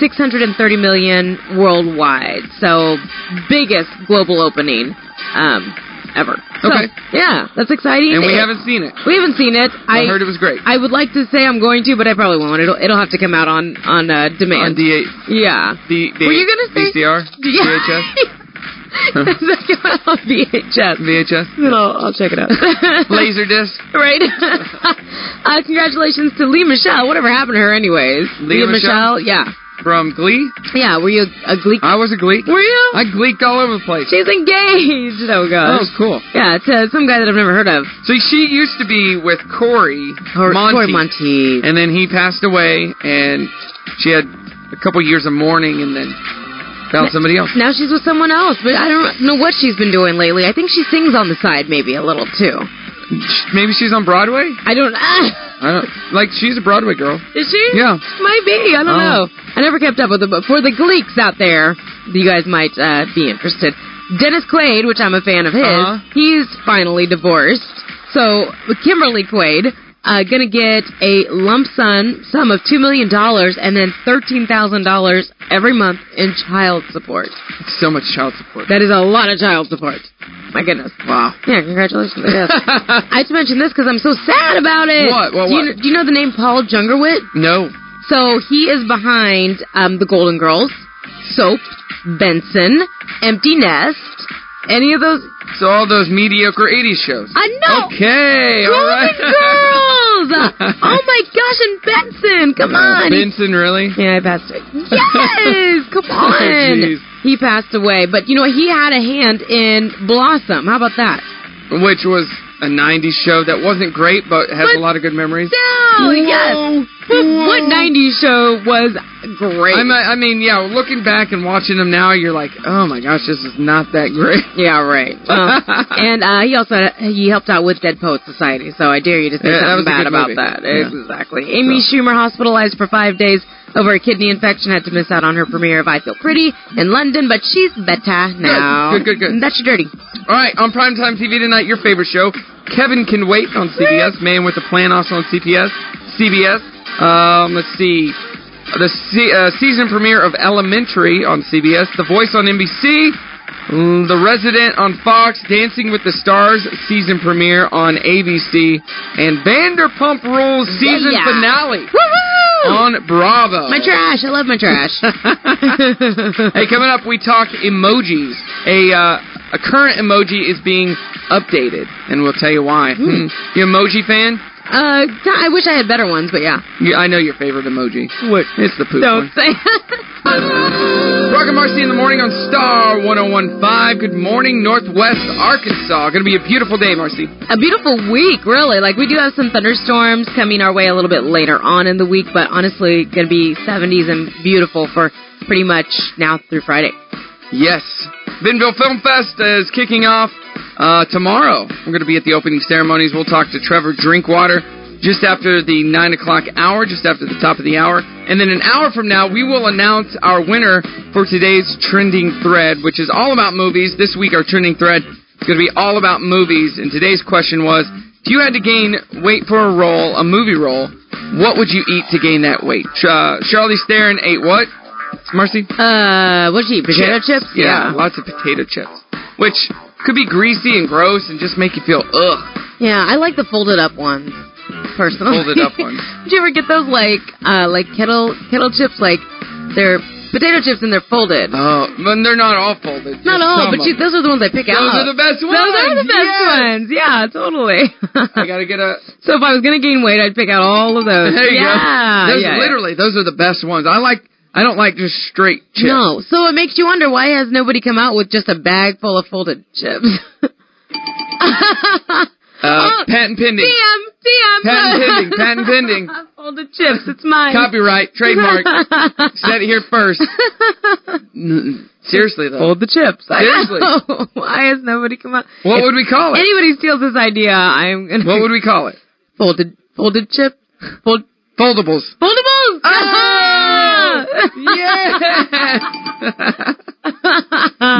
[SPEAKER 2] 630 million worldwide. So biggest global opening um, ever. So,
[SPEAKER 1] Okay.
[SPEAKER 2] yeah, that's exciting.
[SPEAKER 1] And we haven't seen it.
[SPEAKER 2] We haven't seen it.
[SPEAKER 1] I heard it was great.
[SPEAKER 2] I would like to say I'm going to, but I probably won't. It'll it'll have to come out on on
[SPEAKER 1] on
[SPEAKER 2] uh, demand.
[SPEAKER 1] D8.
[SPEAKER 2] yeah.
[SPEAKER 1] D, D,
[SPEAKER 2] Were you gonna say- *laughs*
[SPEAKER 1] VCR? VHS?
[SPEAKER 2] Does that come out *laughs* on VHS?
[SPEAKER 1] VHS?
[SPEAKER 2] Then I'll, I'll check it
[SPEAKER 1] *laughs*
[SPEAKER 2] out.
[SPEAKER 1] Laserdisc?
[SPEAKER 2] *laughs* right. uh, congratulations to Lee Michelle. Whatever happened to her, anyways?
[SPEAKER 1] Lea Michele?
[SPEAKER 2] Yeah.
[SPEAKER 1] From Glee?
[SPEAKER 2] Yeah. Were you a Gleek?
[SPEAKER 1] I was a Gleek.
[SPEAKER 2] Were you?
[SPEAKER 1] I Gleeked all over the place.
[SPEAKER 2] She's engaged.
[SPEAKER 1] That
[SPEAKER 2] Oh gosh.
[SPEAKER 1] was cool.
[SPEAKER 2] Yeah, to some guy that I've never heard of.
[SPEAKER 1] So she used to be with Corey
[SPEAKER 2] Cor-
[SPEAKER 1] Monteith.
[SPEAKER 2] Corey Monteith.
[SPEAKER 1] And then he passed away, and she had a couple years of mourning, and then found somebody else.
[SPEAKER 2] Now she's with someone else, but I don't know what she's been doing lately. I think she sings on the side maybe a little too.
[SPEAKER 1] Maybe she's on Broadway.
[SPEAKER 2] I don't. *laughs* Ah,
[SPEAKER 1] I don't like. She's a Broadway girl.
[SPEAKER 2] is she?
[SPEAKER 1] Yeah.
[SPEAKER 2] Might be. I don't
[SPEAKER 1] Oh.
[SPEAKER 2] know. I never kept up with them, but for the Gleeks out there, you guys might uh, be interested. Dennis Quaid, which I'm a fan of his,
[SPEAKER 1] Uh-huh.
[SPEAKER 2] he's finally divorced. So Kimberly Quaid uh, gonna get a lump sum sum of two million dollars and then thirteen thousand dollars every month in child support.
[SPEAKER 1] It's so much child support.
[SPEAKER 2] That is a lot of child support. My goodness.
[SPEAKER 1] wow.
[SPEAKER 2] Yeah,
[SPEAKER 1] *laughs*
[SPEAKER 2] congratulations. I guess. *laughs* I had to mention this because I'm so sad about it.
[SPEAKER 1] What? What,
[SPEAKER 2] Do, you,
[SPEAKER 1] what?
[SPEAKER 2] do you know the name Paul Jungerwit?
[SPEAKER 1] no.
[SPEAKER 2] So he is behind um, the Golden Girls, Soap, Benson, Empty Nest, any of those.
[SPEAKER 1] So all those mediocre '80s shows.
[SPEAKER 2] I know.
[SPEAKER 1] Okay. all
[SPEAKER 2] Golden
[SPEAKER 1] right. *laughs*
[SPEAKER 2] Girls. oh my gosh! And Benson. Come on. He-
[SPEAKER 1] Uh, Benson, really?
[SPEAKER 2] Yeah, I
[SPEAKER 1] *laughs*
[SPEAKER 2] passed away. Yes, come
[SPEAKER 1] Oh,
[SPEAKER 2] on.
[SPEAKER 1] jeez.
[SPEAKER 2] he passed away, but you know he had a hand in Blossom. How about that?
[SPEAKER 1] Which was a '90s show that wasn't great, but has
[SPEAKER 2] But
[SPEAKER 1] a lot of good memories.
[SPEAKER 2] No, yes. What 90s show was great?
[SPEAKER 1] I'm, uh, I mean, yeah. Looking back and watching them now, you're like, oh my gosh, this is not that great. *laughs*
[SPEAKER 2] yeah, right. Well, and uh, he also he helped out with Dead Poets Society, so I dare you to say
[SPEAKER 1] Yeah, that was a
[SPEAKER 2] something bad
[SPEAKER 1] good
[SPEAKER 2] about
[SPEAKER 1] movie.
[SPEAKER 2] that.
[SPEAKER 1] Yeah.
[SPEAKER 2] Exactly. Amy Schumer hospitalized for five days over a kidney infection, had to miss out on her premiere of I Feel Pretty in London, but she's better now.
[SPEAKER 1] Good, good, good.
[SPEAKER 2] That's your dirty.
[SPEAKER 1] All right, on primetime TV tonight, your favorite show, Kevin Can Wait on CBS, Man with a Plan also on CPS, CBS. Um, let's see, the se- uh, season premiere of Elementary on CBS, The Voice on NBC, mm, The Resident on Fox, Dancing with the Stars season premiere on ABC, and Vanderpump Rules season
[SPEAKER 2] Yeah.
[SPEAKER 1] finale
[SPEAKER 2] Woo-hoo!
[SPEAKER 1] on Bravo.
[SPEAKER 2] Oh. my trash. I love my trash.
[SPEAKER 1] *laughs* hey, coming up, we talk emojis. A uh, a current emoji is being updated, and we'll tell you why. Hmm. *laughs* You emoji fan?
[SPEAKER 2] Uh, I wish I had better ones, but yeah.
[SPEAKER 1] You, I know your favorite emoji. What? It's the poop
[SPEAKER 2] Don't
[SPEAKER 1] one.
[SPEAKER 2] say. *laughs*
[SPEAKER 1] Brock and Marcy in the morning on Star 101.5. Good morning, Northwest Arkansas. Going to be a beautiful day, Marcy.
[SPEAKER 2] a beautiful week, really. Like we do have some thunderstorms coming our way a little bit later on in the week, but honestly, gonna be 70s and beautiful for pretty much now through Friday.
[SPEAKER 1] Yes. Benville Film Fest is kicking off uh, tomorrow. We're going to be at the opening ceremonies. We'll talk to Trevor Drinkwater just after the 9 o'clock hour, just after the top of the hour. And then an hour from now, we will announce our winner for today's trending thread, which is all about movies. This week, our trending thread is going to be all about movies. And today's question was if you had to gain weight for a role, a movie role, what would you eat to gain that weight? Uh, Charlie Theron ate what? Marcy?
[SPEAKER 2] Uh, what'd you eat? Potato
[SPEAKER 1] Chips.
[SPEAKER 2] chips?
[SPEAKER 1] Yeah, lots of potato chips, which could be greasy and gross and just make you feel ugh.
[SPEAKER 2] Yeah, I like the folded up ones personally.
[SPEAKER 1] Folded up ones.
[SPEAKER 2] *laughs* Did you ever get those like uh like kettle kettle chips like they're potato chips and they're folded?
[SPEAKER 1] Oh, when they're not all folded. just
[SPEAKER 2] Not
[SPEAKER 1] some
[SPEAKER 2] all,
[SPEAKER 1] of
[SPEAKER 2] but you,
[SPEAKER 1] them.
[SPEAKER 2] those are the ones I pick
[SPEAKER 1] those
[SPEAKER 2] out.
[SPEAKER 1] are the best ones.
[SPEAKER 2] Those are the best
[SPEAKER 1] yes!
[SPEAKER 2] ones. Yeah, totally.
[SPEAKER 1] I gotta get
[SPEAKER 2] *laughs*
[SPEAKER 1] a.
[SPEAKER 2] so if I was gonna gain weight, I'd pick out all of those.
[SPEAKER 1] *laughs* There you
[SPEAKER 2] yeah,
[SPEAKER 1] go. Those
[SPEAKER 2] yeah, yeah.
[SPEAKER 1] literally, those are the best ones. I like. I don't like just straight chips.
[SPEAKER 2] No, so it makes you wonder why has nobody come out with just a bag full of folded chips.
[SPEAKER 1] *laughs* Uh,
[SPEAKER 2] Oh,
[SPEAKER 1] patent pending.
[SPEAKER 2] DM, DM.
[SPEAKER 1] Patent pending, patent pending.
[SPEAKER 2] *laughs* Folded chips, it's mine. *laughs*
[SPEAKER 1] Copyright, trademark. Said it here first. N- Seriously though,
[SPEAKER 2] Fold the chips. I
[SPEAKER 1] Seriously.
[SPEAKER 2] know. *laughs* Why has nobody come out?
[SPEAKER 1] what
[SPEAKER 2] If
[SPEAKER 1] would we call it?
[SPEAKER 2] anybody steals this idea, I'm gonna
[SPEAKER 1] What would we call it?
[SPEAKER 2] folded folded chip fold
[SPEAKER 1] Foldables.
[SPEAKER 2] foldables.
[SPEAKER 1] Oh!
[SPEAKER 2] *laughs*
[SPEAKER 1] Yes.
[SPEAKER 2] Uh,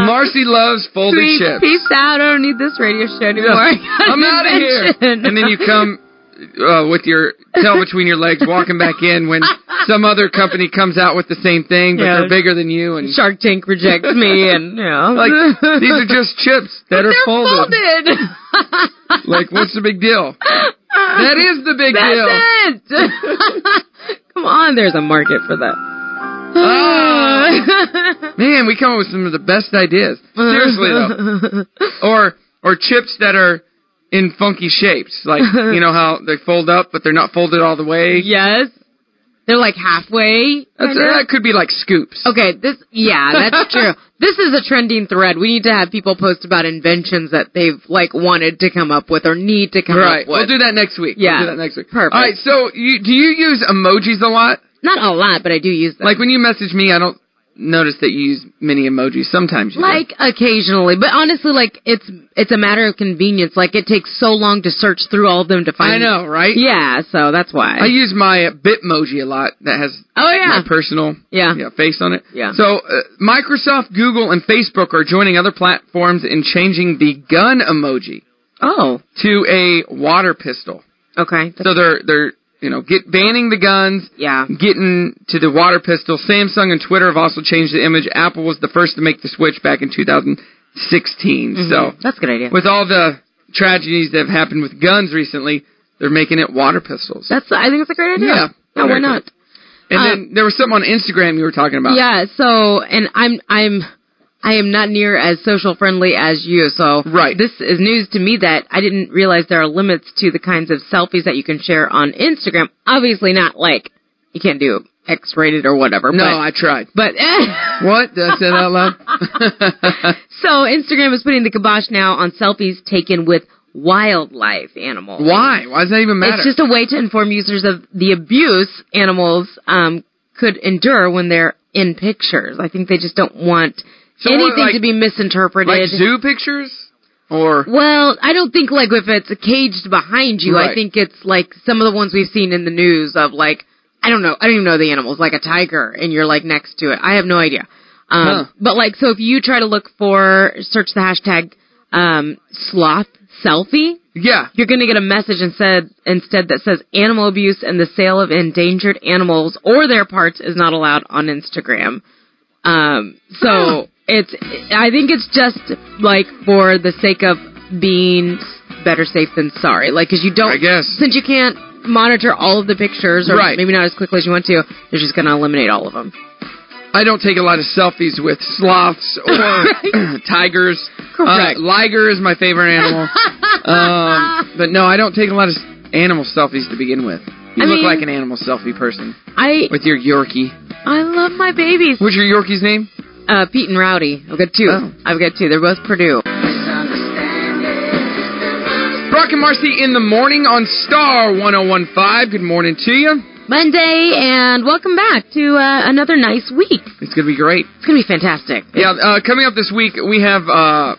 [SPEAKER 1] Marcy loves folded
[SPEAKER 2] Sweet,
[SPEAKER 1] chips.
[SPEAKER 2] Peace out. I don't need this radio show anymore. *laughs*
[SPEAKER 1] *laughs* I'm out of here. And then you come uh, with your tail between your legs, walking back in when some other company comes out with the same thing, but
[SPEAKER 2] Yeah.
[SPEAKER 1] they're bigger than you. And
[SPEAKER 2] Shark Tank rejects me, and you know,
[SPEAKER 1] *laughs* like these are just chips that
[SPEAKER 2] But
[SPEAKER 1] are
[SPEAKER 2] they're
[SPEAKER 1] folded.
[SPEAKER 2] folded.
[SPEAKER 1] *laughs* Like, what's the big deal? That is the big deal.
[SPEAKER 2] That's it. *laughs* Come on, there's a market for that. *laughs*
[SPEAKER 1] Man, we come up with some of the best ideas. Ah.
[SPEAKER 2] Uh-huh.
[SPEAKER 1] Seriously though,
[SPEAKER 2] *laughs*
[SPEAKER 1] or or chips that are in funky shapes,
[SPEAKER 2] *laughs*
[SPEAKER 1] like you know how they fold up, but they're not folded all the way.
[SPEAKER 2] yes, they're like halfway.
[SPEAKER 1] That's,
[SPEAKER 2] kinda.
[SPEAKER 1] that could be like scoops.
[SPEAKER 2] Okay, this
[SPEAKER 1] *laughs*
[SPEAKER 2] yeah, that's true. This is a trending thread. We need to have people post about inventions that they've like wanted to come up with or need to come
[SPEAKER 1] Right.
[SPEAKER 2] up with.
[SPEAKER 1] We'll do that next week.
[SPEAKER 2] Yeah.
[SPEAKER 1] We'll do that next week.
[SPEAKER 2] Perfect.
[SPEAKER 1] All right. So, you, do you use emojis a lot?
[SPEAKER 2] Not a lot, but I do use them.
[SPEAKER 1] Like when you message me, I don't notice that you use many emojis. Sometimes you do.
[SPEAKER 2] Like occasionally, but honestly, like it's it's a matter of convenience. Like it takes so long to search through all of them to find.
[SPEAKER 1] I know, right?
[SPEAKER 2] Yeah, so that's why.
[SPEAKER 1] I use my uh, Bitmoji a lot. That has
[SPEAKER 2] oh yeah.
[SPEAKER 1] my personal
[SPEAKER 2] yeah,
[SPEAKER 1] yeah, face on it.
[SPEAKER 2] Yeah.
[SPEAKER 1] So uh, Microsoft, Google, and Facebook are joining other platforms in changing the gun emoji
[SPEAKER 2] Oh,
[SPEAKER 1] to a water pistol.
[SPEAKER 2] okay. That's-
[SPEAKER 1] So they're they're you know get banning the guns.
[SPEAKER 2] yeah.
[SPEAKER 1] getting to the water pistol. Samsung and Twitter have also changed the image. Apple was the first to make the switch back in 2016.
[SPEAKER 2] Mhm.
[SPEAKER 1] So,
[SPEAKER 2] that's a good idea.
[SPEAKER 1] with all the tragedies that have happened with guns recently, they're making it water pistols.
[SPEAKER 2] That's I think it's a great idea.
[SPEAKER 1] Yeah.
[SPEAKER 2] no, why
[SPEAKER 1] Very
[SPEAKER 2] not?
[SPEAKER 1] and
[SPEAKER 2] uh,
[SPEAKER 1] then there was something on Instagram you were talking about.
[SPEAKER 2] Yeah. So, and I'm I'm I am not near as social friendly as you. So,
[SPEAKER 1] Right.
[SPEAKER 2] This is news to me that I didn't realize there are limits to the kinds of selfies that you can share on Instagram. Obviously, not like you can't do X-rated or whatever.
[SPEAKER 1] No,
[SPEAKER 2] but,
[SPEAKER 1] I tried.
[SPEAKER 2] but *laughs*
[SPEAKER 1] What? Did I say that out loud?
[SPEAKER 2] so Instagram is putting the kibosh now on selfies taken with wildlife animals.
[SPEAKER 1] Why? Why does that even matter?
[SPEAKER 2] It's just a way to inform users of the abuse animals um, could endure when they're in pictures. I think they just don't want
[SPEAKER 1] So what,
[SPEAKER 2] anything
[SPEAKER 1] like-
[SPEAKER 2] to be
[SPEAKER 1] like
[SPEAKER 2] misinterpreted.
[SPEAKER 1] zoo pictures? Or
[SPEAKER 2] well, I don't think like if it's caged behind you. I
[SPEAKER 1] Right.
[SPEAKER 2] think it's like some of the ones we've seen in the news of like I don't know, I don't even know the animals, like a tiger, and you're like next to it. I have no idea. Um,
[SPEAKER 1] Huh.
[SPEAKER 2] But like, so if you try to look for search the hashtag um, sloth selfie,
[SPEAKER 1] yeah.
[SPEAKER 2] you're going to get a message instead instead that says animal abuse and the sale of endangered animals or their parts is not allowed on Instagram. Um, so it's I think it's just like for the sake of being better safe than sorry, like because you don't
[SPEAKER 1] I guess.
[SPEAKER 2] since you can't monitor all of the pictures or
[SPEAKER 1] Right.
[SPEAKER 2] maybe not as quickly as you want to, they're just going to eliminate all of them.
[SPEAKER 1] I don't take a lot of selfies with sloths or *clears throat* tigers.
[SPEAKER 2] Correct.
[SPEAKER 1] Uh, liger is my favorite animal. um, but no, I don't take a lot of s- animal selfies to begin with. You
[SPEAKER 2] I
[SPEAKER 1] look
[SPEAKER 2] mean-
[SPEAKER 1] like an animal selfie person
[SPEAKER 2] I
[SPEAKER 1] with your Yorkie.
[SPEAKER 2] I love my babies.
[SPEAKER 1] What's your Yorkie's name?
[SPEAKER 2] Uh, Pete and Rowdy. I've got two.
[SPEAKER 1] Oh.
[SPEAKER 2] I've got two. They're both Purdue.
[SPEAKER 1] Brock and Marcy in the morning on Star 1015. Good morning to you.
[SPEAKER 2] Monday, and welcome back to uh, another nice week.
[SPEAKER 1] It's going to be great.
[SPEAKER 2] It's gonna be fantastic.
[SPEAKER 1] Yeah, uh, coming up this week, we have uh,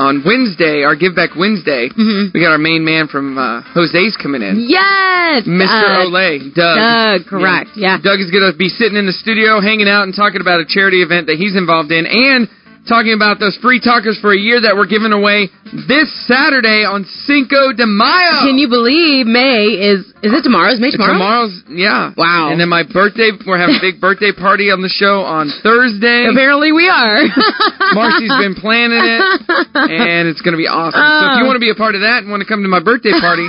[SPEAKER 1] on Wednesday, our Give Back Wednesday,
[SPEAKER 2] Mhm.
[SPEAKER 1] we got our main man from uh, Jose's coming in.
[SPEAKER 2] Yes,
[SPEAKER 1] Mr.
[SPEAKER 2] uh,
[SPEAKER 1] Olay, Doug.
[SPEAKER 2] Doug, correct, yeah.
[SPEAKER 1] Doug is going to be sitting in the studio, hanging out, and talking about a charity event that he's involved in, and talking about those free tacos for a year that we're giving away this Saturday on Cinco de Mayo.
[SPEAKER 2] Can you believe May is is it tomorrow? Is May tomorrow?
[SPEAKER 1] Tomorrow's yeah.
[SPEAKER 2] Wow.
[SPEAKER 1] And then my birthday, we're having a big birthday party on the show on Thursday.
[SPEAKER 2] *laughs* Apparently
[SPEAKER 1] *laughs*
[SPEAKER 2] we are.
[SPEAKER 1] Marcy's been planning it, and it's going to be awesome. So if you
[SPEAKER 2] Oh.
[SPEAKER 1] want to be a part of that and want to come to my birthday
[SPEAKER 2] *laughs*
[SPEAKER 1] party,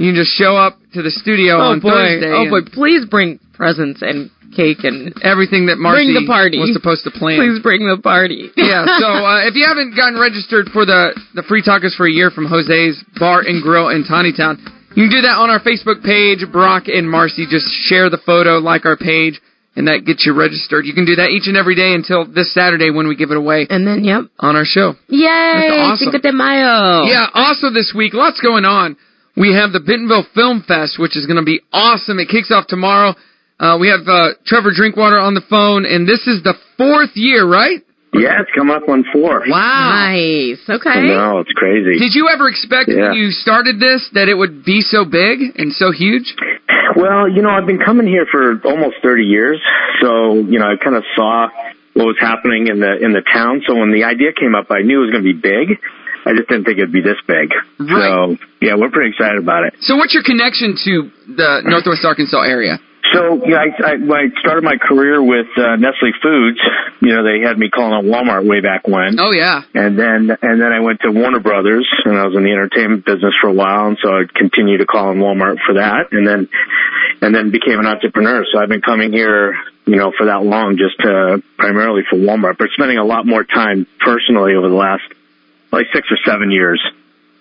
[SPEAKER 1] you can just show up to the studio
[SPEAKER 2] oh
[SPEAKER 1] on
[SPEAKER 2] boy.
[SPEAKER 1] Thursday.
[SPEAKER 2] oh boy.
[SPEAKER 1] and
[SPEAKER 2] Please bring presents and cake and
[SPEAKER 1] Everything that Marcy
[SPEAKER 2] Bring the party.
[SPEAKER 1] was supposed to plan.
[SPEAKER 2] please bring the party.
[SPEAKER 1] yeah, so uh, if you haven't gotten registered for the, the free tacos for a year from Jose's Bar and Grill in Tawny Town, you can do that on our Facebook page, Brock and Marcy. Just share the photo, like our page, and that gets you registered. You can do that each and every day until this Saturday when we give it away
[SPEAKER 2] *laughs* and then yep.
[SPEAKER 1] on our show.
[SPEAKER 2] Yay!
[SPEAKER 1] awesome.
[SPEAKER 2] Cinco de Mayo.
[SPEAKER 1] Yeah, also this week, lots going on. We have the Bentonville Film Fest, which is going to be awesome. It kicks off tomorrow. Uh, we have uh, Trevor Drinkwater on the phone, and this is the fourth year, right?
[SPEAKER 4] Yeah, it's come up on four.
[SPEAKER 2] Nice.
[SPEAKER 4] I
[SPEAKER 2] Okay.
[SPEAKER 4] know, it's crazy.
[SPEAKER 1] Did you ever expect
[SPEAKER 4] Yeah.
[SPEAKER 1] when you started this that it would be so big and so huge?
[SPEAKER 4] Well, you know, I've been coming here for almost 30 years, so you know, I kind of saw what was happening in the in the town. So when the idea came up, I knew it was going to be big. I just didn't think it'd be this big.
[SPEAKER 1] Right.
[SPEAKER 4] So yeah, we're pretty excited about it.
[SPEAKER 1] So, what's your connection to the Northwest Arkansas area?
[SPEAKER 4] So yeah, I, I, when I started my career with uh, Nestle Foods. You know, they had me calling on Walmart way back when.
[SPEAKER 1] Oh yeah,
[SPEAKER 4] And then and then I went to Warner Brothers and I was in the entertainment business for a while and so I continued to call on Walmart for that and then and then became an entrepreneur. So I've been coming here, you know, for that long just uh primarily for Walmart, but spending a lot more time personally over the last like six or seven years.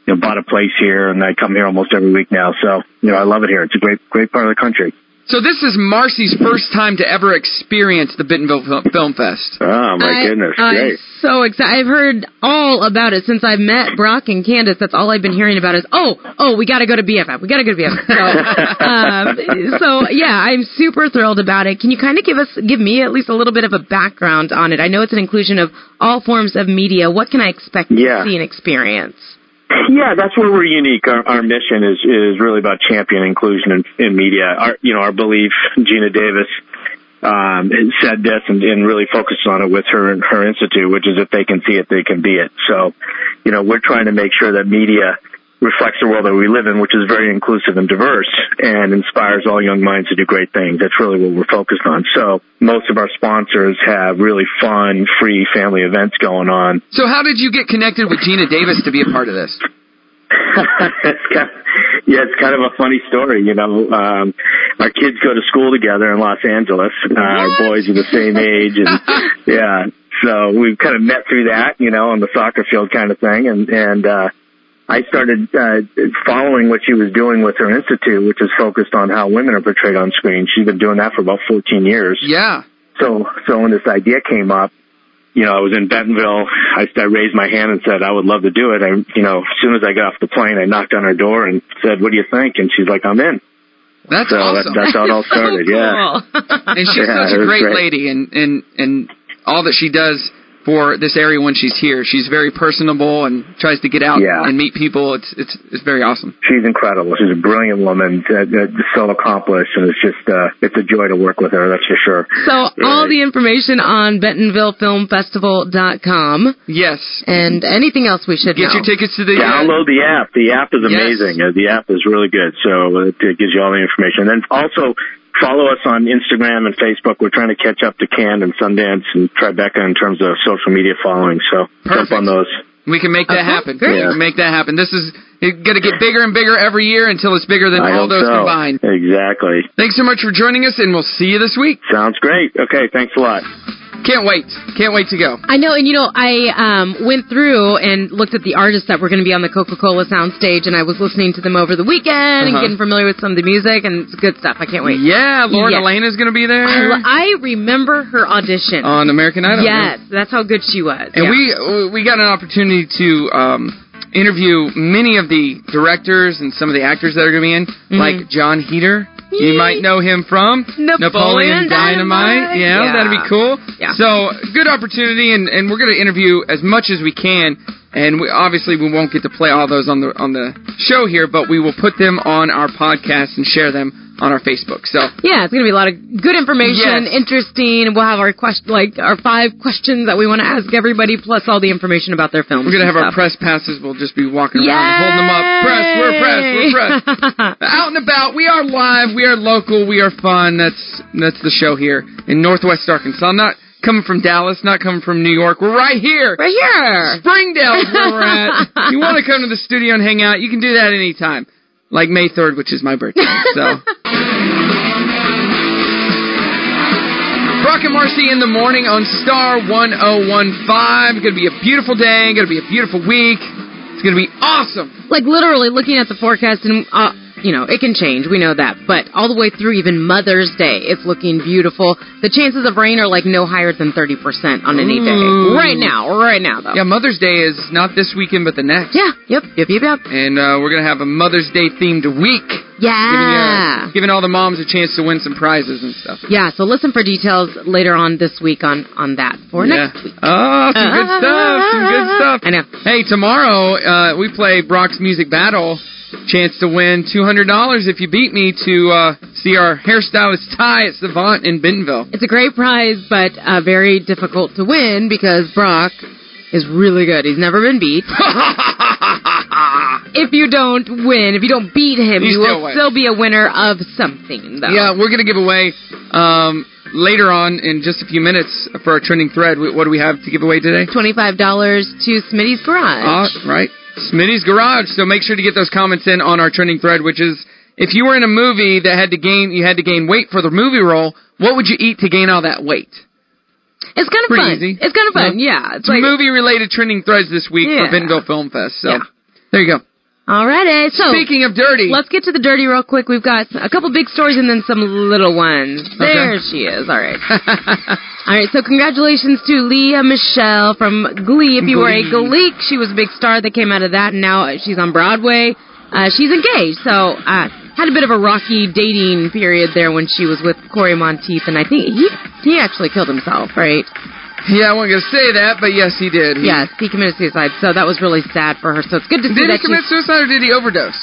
[SPEAKER 4] You know, bought a place here and I come here almost every week now. So, you know, I love it here. It's a great great part of the country.
[SPEAKER 1] So this is Marcy's first time to ever experience the Bentonville Fil- Film Fest.
[SPEAKER 4] Oh my
[SPEAKER 2] I-
[SPEAKER 4] goodness.
[SPEAKER 2] I'm
[SPEAKER 4] Great.
[SPEAKER 2] so excited. I've heard all about it since I met Brock and Candace. That's all I've been hearing about is, oh, oh, we got to go to BFF. We got to go to BFF. So,
[SPEAKER 4] *laughs*
[SPEAKER 2] um, so yeah, I'm super thrilled about it. Can you kind of give us, give me at least a little bit of a background on it? I know it's an inclusion of all forms of media. What can I expect to
[SPEAKER 4] Yeah.
[SPEAKER 2] see and experience?
[SPEAKER 4] Yeah, that's where we're unique. Our, our mission is is really about champion inclusion in, in media. Our you know our belief. Gina Davis um, said this and, and really focused on it with her her institute, which is if they can see it, they can be it. So, you know, we're trying to make sure that media reflects the world that we live in, which is very inclusive and diverse, and inspires all young minds to do great things. That's really what we're focused on. So, most of our sponsors have really fun, free family events going on.
[SPEAKER 1] So how did you get connected with Gina Davis to be a part of this?
[SPEAKER 4] *laughs* it's kind of, yeah, it's kind of a funny story. You know, um, our kids go to school together in Los Angeles. Uh, our boys are the same age, and yeah, so we've kind of met through that, you know, on the soccer field kind of thing, and and uh, I started uh, following what she was doing with her institute, which is focused on how women are portrayed on screen. She's been doing that for about 14 years.
[SPEAKER 1] Yeah.
[SPEAKER 4] So, so when this idea came up, you know, I was in Bentonville. I, I raised my hand and said, I would love to do it. I, you know, as soon as I got off the plane, I knocked on her door and said, what do you think? And she's like, I'm in.
[SPEAKER 1] That's
[SPEAKER 4] so
[SPEAKER 1] awesome.
[SPEAKER 4] that, that's how it all
[SPEAKER 2] So
[SPEAKER 4] started. Yeah.
[SPEAKER 2] cool.
[SPEAKER 1] *laughs*
[SPEAKER 4] *laughs*
[SPEAKER 2] *laughs*
[SPEAKER 1] and she's
[SPEAKER 4] Yeah,
[SPEAKER 1] such
[SPEAKER 4] it
[SPEAKER 1] a
[SPEAKER 4] was
[SPEAKER 1] great,
[SPEAKER 4] great.
[SPEAKER 1] lady and and and all that she does for this area when she's here she's very personable and tries to get out
[SPEAKER 4] Yeah.
[SPEAKER 1] and meet people it's it's it's very awesome
[SPEAKER 4] She's incredible. She's a brilliant woman, uh, uh, so accomplished, and it's just, uh, it's a joy to work with her, that's for sure.
[SPEAKER 2] so all the information on BentonvilleFilmFestival.com
[SPEAKER 1] yes
[SPEAKER 2] and anything else we should
[SPEAKER 1] get
[SPEAKER 2] know.
[SPEAKER 1] your tickets to the
[SPEAKER 4] Download the app. The app is
[SPEAKER 1] Yes.
[SPEAKER 4] amazing. Uh, The app is really good. So uh, it, it gives you all the information. And then also follow us on Instagram and Facebook. We're trying to catch up to Cannes and Sundance and Tribeca in terms of social media following. So
[SPEAKER 1] Perfect.
[SPEAKER 4] jump on those.
[SPEAKER 1] we can make that
[SPEAKER 2] Okay,
[SPEAKER 1] happen
[SPEAKER 2] great.
[SPEAKER 1] we can make that happen this is going to get bigger and bigger every year until it's bigger than
[SPEAKER 4] I
[SPEAKER 1] all
[SPEAKER 4] hope
[SPEAKER 1] those
[SPEAKER 4] so.
[SPEAKER 1] combined
[SPEAKER 4] Exactly.
[SPEAKER 1] thanks so much for joining us and we'll see you this week
[SPEAKER 4] Sounds great. Okay. Thanks a lot.
[SPEAKER 1] can't wait can't wait to go
[SPEAKER 2] I know, and you know, I um, went through and looked at the artists that were going to be on the Coca-Cola soundstage, and I was listening to them over the weekend and
[SPEAKER 1] Uh-huh.
[SPEAKER 2] getting familiar with some of the music, and it's good stuff. I can't wait.
[SPEAKER 1] yeah lauren
[SPEAKER 2] Yeah.
[SPEAKER 1] elena's going to be there
[SPEAKER 2] I, lo- I remember her audition.
[SPEAKER 1] on american idol
[SPEAKER 2] yes, that's how good she was.
[SPEAKER 1] And
[SPEAKER 2] yeah.
[SPEAKER 1] we we got an opportunity to um, interview many of the directors and some of the actors that are going to be in,
[SPEAKER 2] Mm-hmm.
[SPEAKER 1] like John Heater. You
[SPEAKER 2] Yee.
[SPEAKER 1] might know him from
[SPEAKER 2] Napoleon Dynamite.
[SPEAKER 1] Yeah,
[SPEAKER 2] Yeah.
[SPEAKER 1] that'd be cool.
[SPEAKER 2] Yeah.
[SPEAKER 1] So good opportunity, and, and we're going to interview as much as we can. And we, obviously, we won't get to play all those on the on the show here, but we will put them on our podcast and share them on our Facebook. So
[SPEAKER 2] Yeah, it's gonna be a lot of good information,
[SPEAKER 1] Yes.
[SPEAKER 2] interesting. We'll have our question, like our five questions that we want to ask everybody, plus all the information about their films.
[SPEAKER 1] we're gonna
[SPEAKER 2] and
[SPEAKER 1] have our press
[SPEAKER 2] stuff.
[SPEAKER 1] passes. We'll just be walking around, holding them up. Press, we're press, we're press.
[SPEAKER 2] *laughs* press.
[SPEAKER 1] out and about. We are live. We are local. We are fun. That's that's the show here in Northwest Arkansas. I'm not coming from Dallas. Not coming from New York. We're right here.
[SPEAKER 2] Right here.
[SPEAKER 1] Springdale is where we're at. You want to come to the studio and hang out? You can do that anytime. Like May 3rd, which is my birthday. So. Brock and Marcy in the morning on Star 1015. Gonna be a beautiful day. Gonna be a beautiful week. It's gonna be awesome.
[SPEAKER 2] like literally looking at the forecast and uh, you know it can change we know that but all the way through even mother's day it's looking beautiful the chances of rain are like no higher than 30% on any
[SPEAKER 1] Mm.
[SPEAKER 2] day right now right now though
[SPEAKER 1] Yeah, Mother's Day is not this weekend, but the next.
[SPEAKER 2] yeah yep yep yep yep
[SPEAKER 1] And uh, we're gonna have a Mother's Day themed week. Giving, uh,
[SPEAKER 2] yeah
[SPEAKER 1] giving all the moms a chance to win some prizes and stuff.
[SPEAKER 2] yeah so listen for details later on this week on on that for next week
[SPEAKER 1] Oh, some
[SPEAKER 2] *laughs*
[SPEAKER 1] good stuff. Some good stuff.
[SPEAKER 2] I know.
[SPEAKER 1] Hey, tomorrow uh, we play Brock's Music Battle. Chance to win $200 if you beat me to uh, see our hairstylist Ty at Savant in Bentonville. *laughs*
[SPEAKER 2] it's a great prize but uh, very difficult to win because brock is really good he's never been beat if you don't win, if you don't beat him,
[SPEAKER 1] You
[SPEAKER 2] you,
[SPEAKER 1] still
[SPEAKER 2] will
[SPEAKER 1] win.
[SPEAKER 2] still be a winner of something, though.
[SPEAKER 1] yeah, we're going to give away um, later on in just a few minutes for our trending thread. Wh- What do we have to give away today?
[SPEAKER 2] $25 to Smitty's
[SPEAKER 1] Uh,
[SPEAKER 2] Garage.
[SPEAKER 1] right. Smitty's Garage. So make sure to get those comments in on our trending thread, which is if you were in a movie that had to gain you had to gain weight for the movie role, what would you eat to gain all that weight?
[SPEAKER 2] it's kind of
[SPEAKER 1] Uh, pretty
[SPEAKER 2] fun.
[SPEAKER 1] easy.
[SPEAKER 2] It's kind of fun,
[SPEAKER 1] Yeah.
[SPEAKER 2] yeah. It's like,
[SPEAKER 1] movie related trending threads this week
[SPEAKER 2] Yeah.
[SPEAKER 1] for Bentonville Film Fest. So
[SPEAKER 2] Yeah.
[SPEAKER 1] there you go.
[SPEAKER 2] all right, so
[SPEAKER 1] Speaking of dirty,
[SPEAKER 2] let's get to the dirty real quick. We've got a couple big stories and then some little ones. There she is.
[SPEAKER 1] *laughs*
[SPEAKER 2] All right. All right, so congratulations to Leah Michelle from Glee. If you were a
[SPEAKER 1] Glee.
[SPEAKER 2] Gleek, she was a big star that came out of that, and now she's on Broadway. Uh, she's engaged, so uh, had a bit of a rocky dating period there when she was with Corey Monteith, and I think he he actually killed himself, right?
[SPEAKER 1] yeah, I wasn't gonna say that, but yes, he did. He-
[SPEAKER 2] Yes, he committed suicide, so that was really sad for her. So it's good to see
[SPEAKER 1] Did he
[SPEAKER 2] that
[SPEAKER 1] commit
[SPEAKER 2] she's.
[SPEAKER 1] suicide or did he overdose?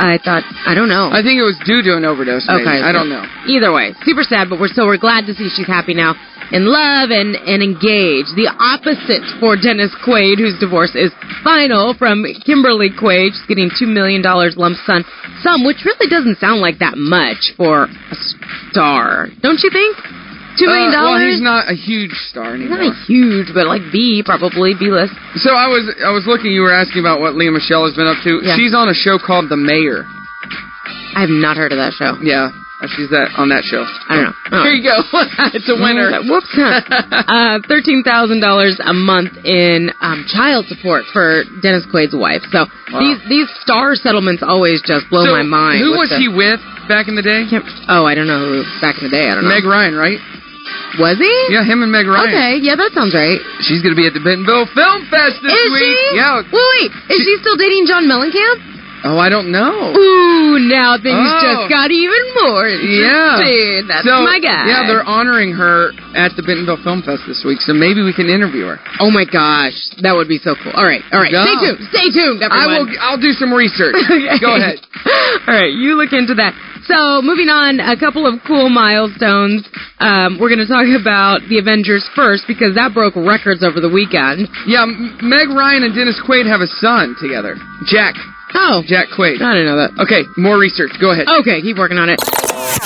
[SPEAKER 2] I thought I don't know.
[SPEAKER 1] I think it was due to an overdose. Maybe.
[SPEAKER 2] Okay,
[SPEAKER 1] I
[SPEAKER 2] so
[SPEAKER 1] don't know.
[SPEAKER 2] Either way, super sad, but we're so we're glad to see she's happy now, in love and and engaged. The opposite for Dennis Quaid, whose divorce is final from Kimberly Quaid. She's getting two million dollars lump sum, sum which really doesn't sound like that much for a star, don't you think? Two million
[SPEAKER 1] Uh, well, he's
[SPEAKER 2] dollars.
[SPEAKER 1] not a huge star anymore.
[SPEAKER 2] not huge, but like B probably B list.
[SPEAKER 1] So I was I was looking. You were asking about what Leah Michelle has been up to.
[SPEAKER 2] Yeah.
[SPEAKER 1] She's on a show called The Mayor.
[SPEAKER 2] I have not heard of that show.
[SPEAKER 1] Yeah, she's that on that show.
[SPEAKER 2] I don't know. Oh.
[SPEAKER 1] Here you go. *laughs* it's a winner.
[SPEAKER 2] Whoops.
[SPEAKER 1] *laughs*
[SPEAKER 2] uh, Thirteen thousand dollars a month in um, child support for Dennis Quaid's wife. So these these star settlements always just blow
[SPEAKER 1] So,
[SPEAKER 2] my mind.
[SPEAKER 1] Who was
[SPEAKER 2] with the-
[SPEAKER 1] he with back in the day?
[SPEAKER 2] Can't- oh, I don't know. Who, back in the day, I don't know.
[SPEAKER 1] Meg Ryan, right?
[SPEAKER 2] was he?
[SPEAKER 1] Yeah, him and Meg Ryan.
[SPEAKER 2] Okay, yeah, that sounds right.
[SPEAKER 1] She's gonna be at the Bentonville Film Fest this
[SPEAKER 2] is
[SPEAKER 1] week.
[SPEAKER 2] she?
[SPEAKER 1] Yeah.
[SPEAKER 2] Well, wait, is she still dating John Mellencamp?
[SPEAKER 1] Oh, I don't know.
[SPEAKER 2] Ooh, now things
[SPEAKER 1] Oh.
[SPEAKER 2] just got even more
[SPEAKER 1] Yeah.
[SPEAKER 2] interesting. That's
[SPEAKER 1] so,
[SPEAKER 2] my guy.
[SPEAKER 1] Yeah, they're honoring her at the Bentonville Film Fest this week, so maybe we can interview her.
[SPEAKER 2] Oh my gosh, that would be so cool. All right, all right.
[SPEAKER 1] Yeah.
[SPEAKER 2] Stay tuned. Stay tuned. Everyone.
[SPEAKER 1] I will. I'll do some research.
[SPEAKER 2] *laughs* Okay.
[SPEAKER 1] Go ahead.
[SPEAKER 2] All right, you look into that. So, moving on, a couple of cool milestones. Um, we're going to talk about the Avengers first because that broke records over the weekend.
[SPEAKER 1] Yeah, M- Meg Ryan and Dennis Quaid have a son together. Jack.
[SPEAKER 2] Oh,
[SPEAKER 1] Jack Quaid.
[SPEAKER 2] I didn't know that.
[SPEAKER 1] Okay, more research. Go ahead.
[SPEAKER 2] Okay, keep working on it.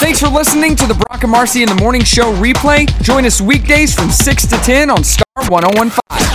[SPEAKER 8] Thanks for listening to the Brock and Marcy in the Morning Show replay. Join us weekdays from 6 to 10 on Star 1015.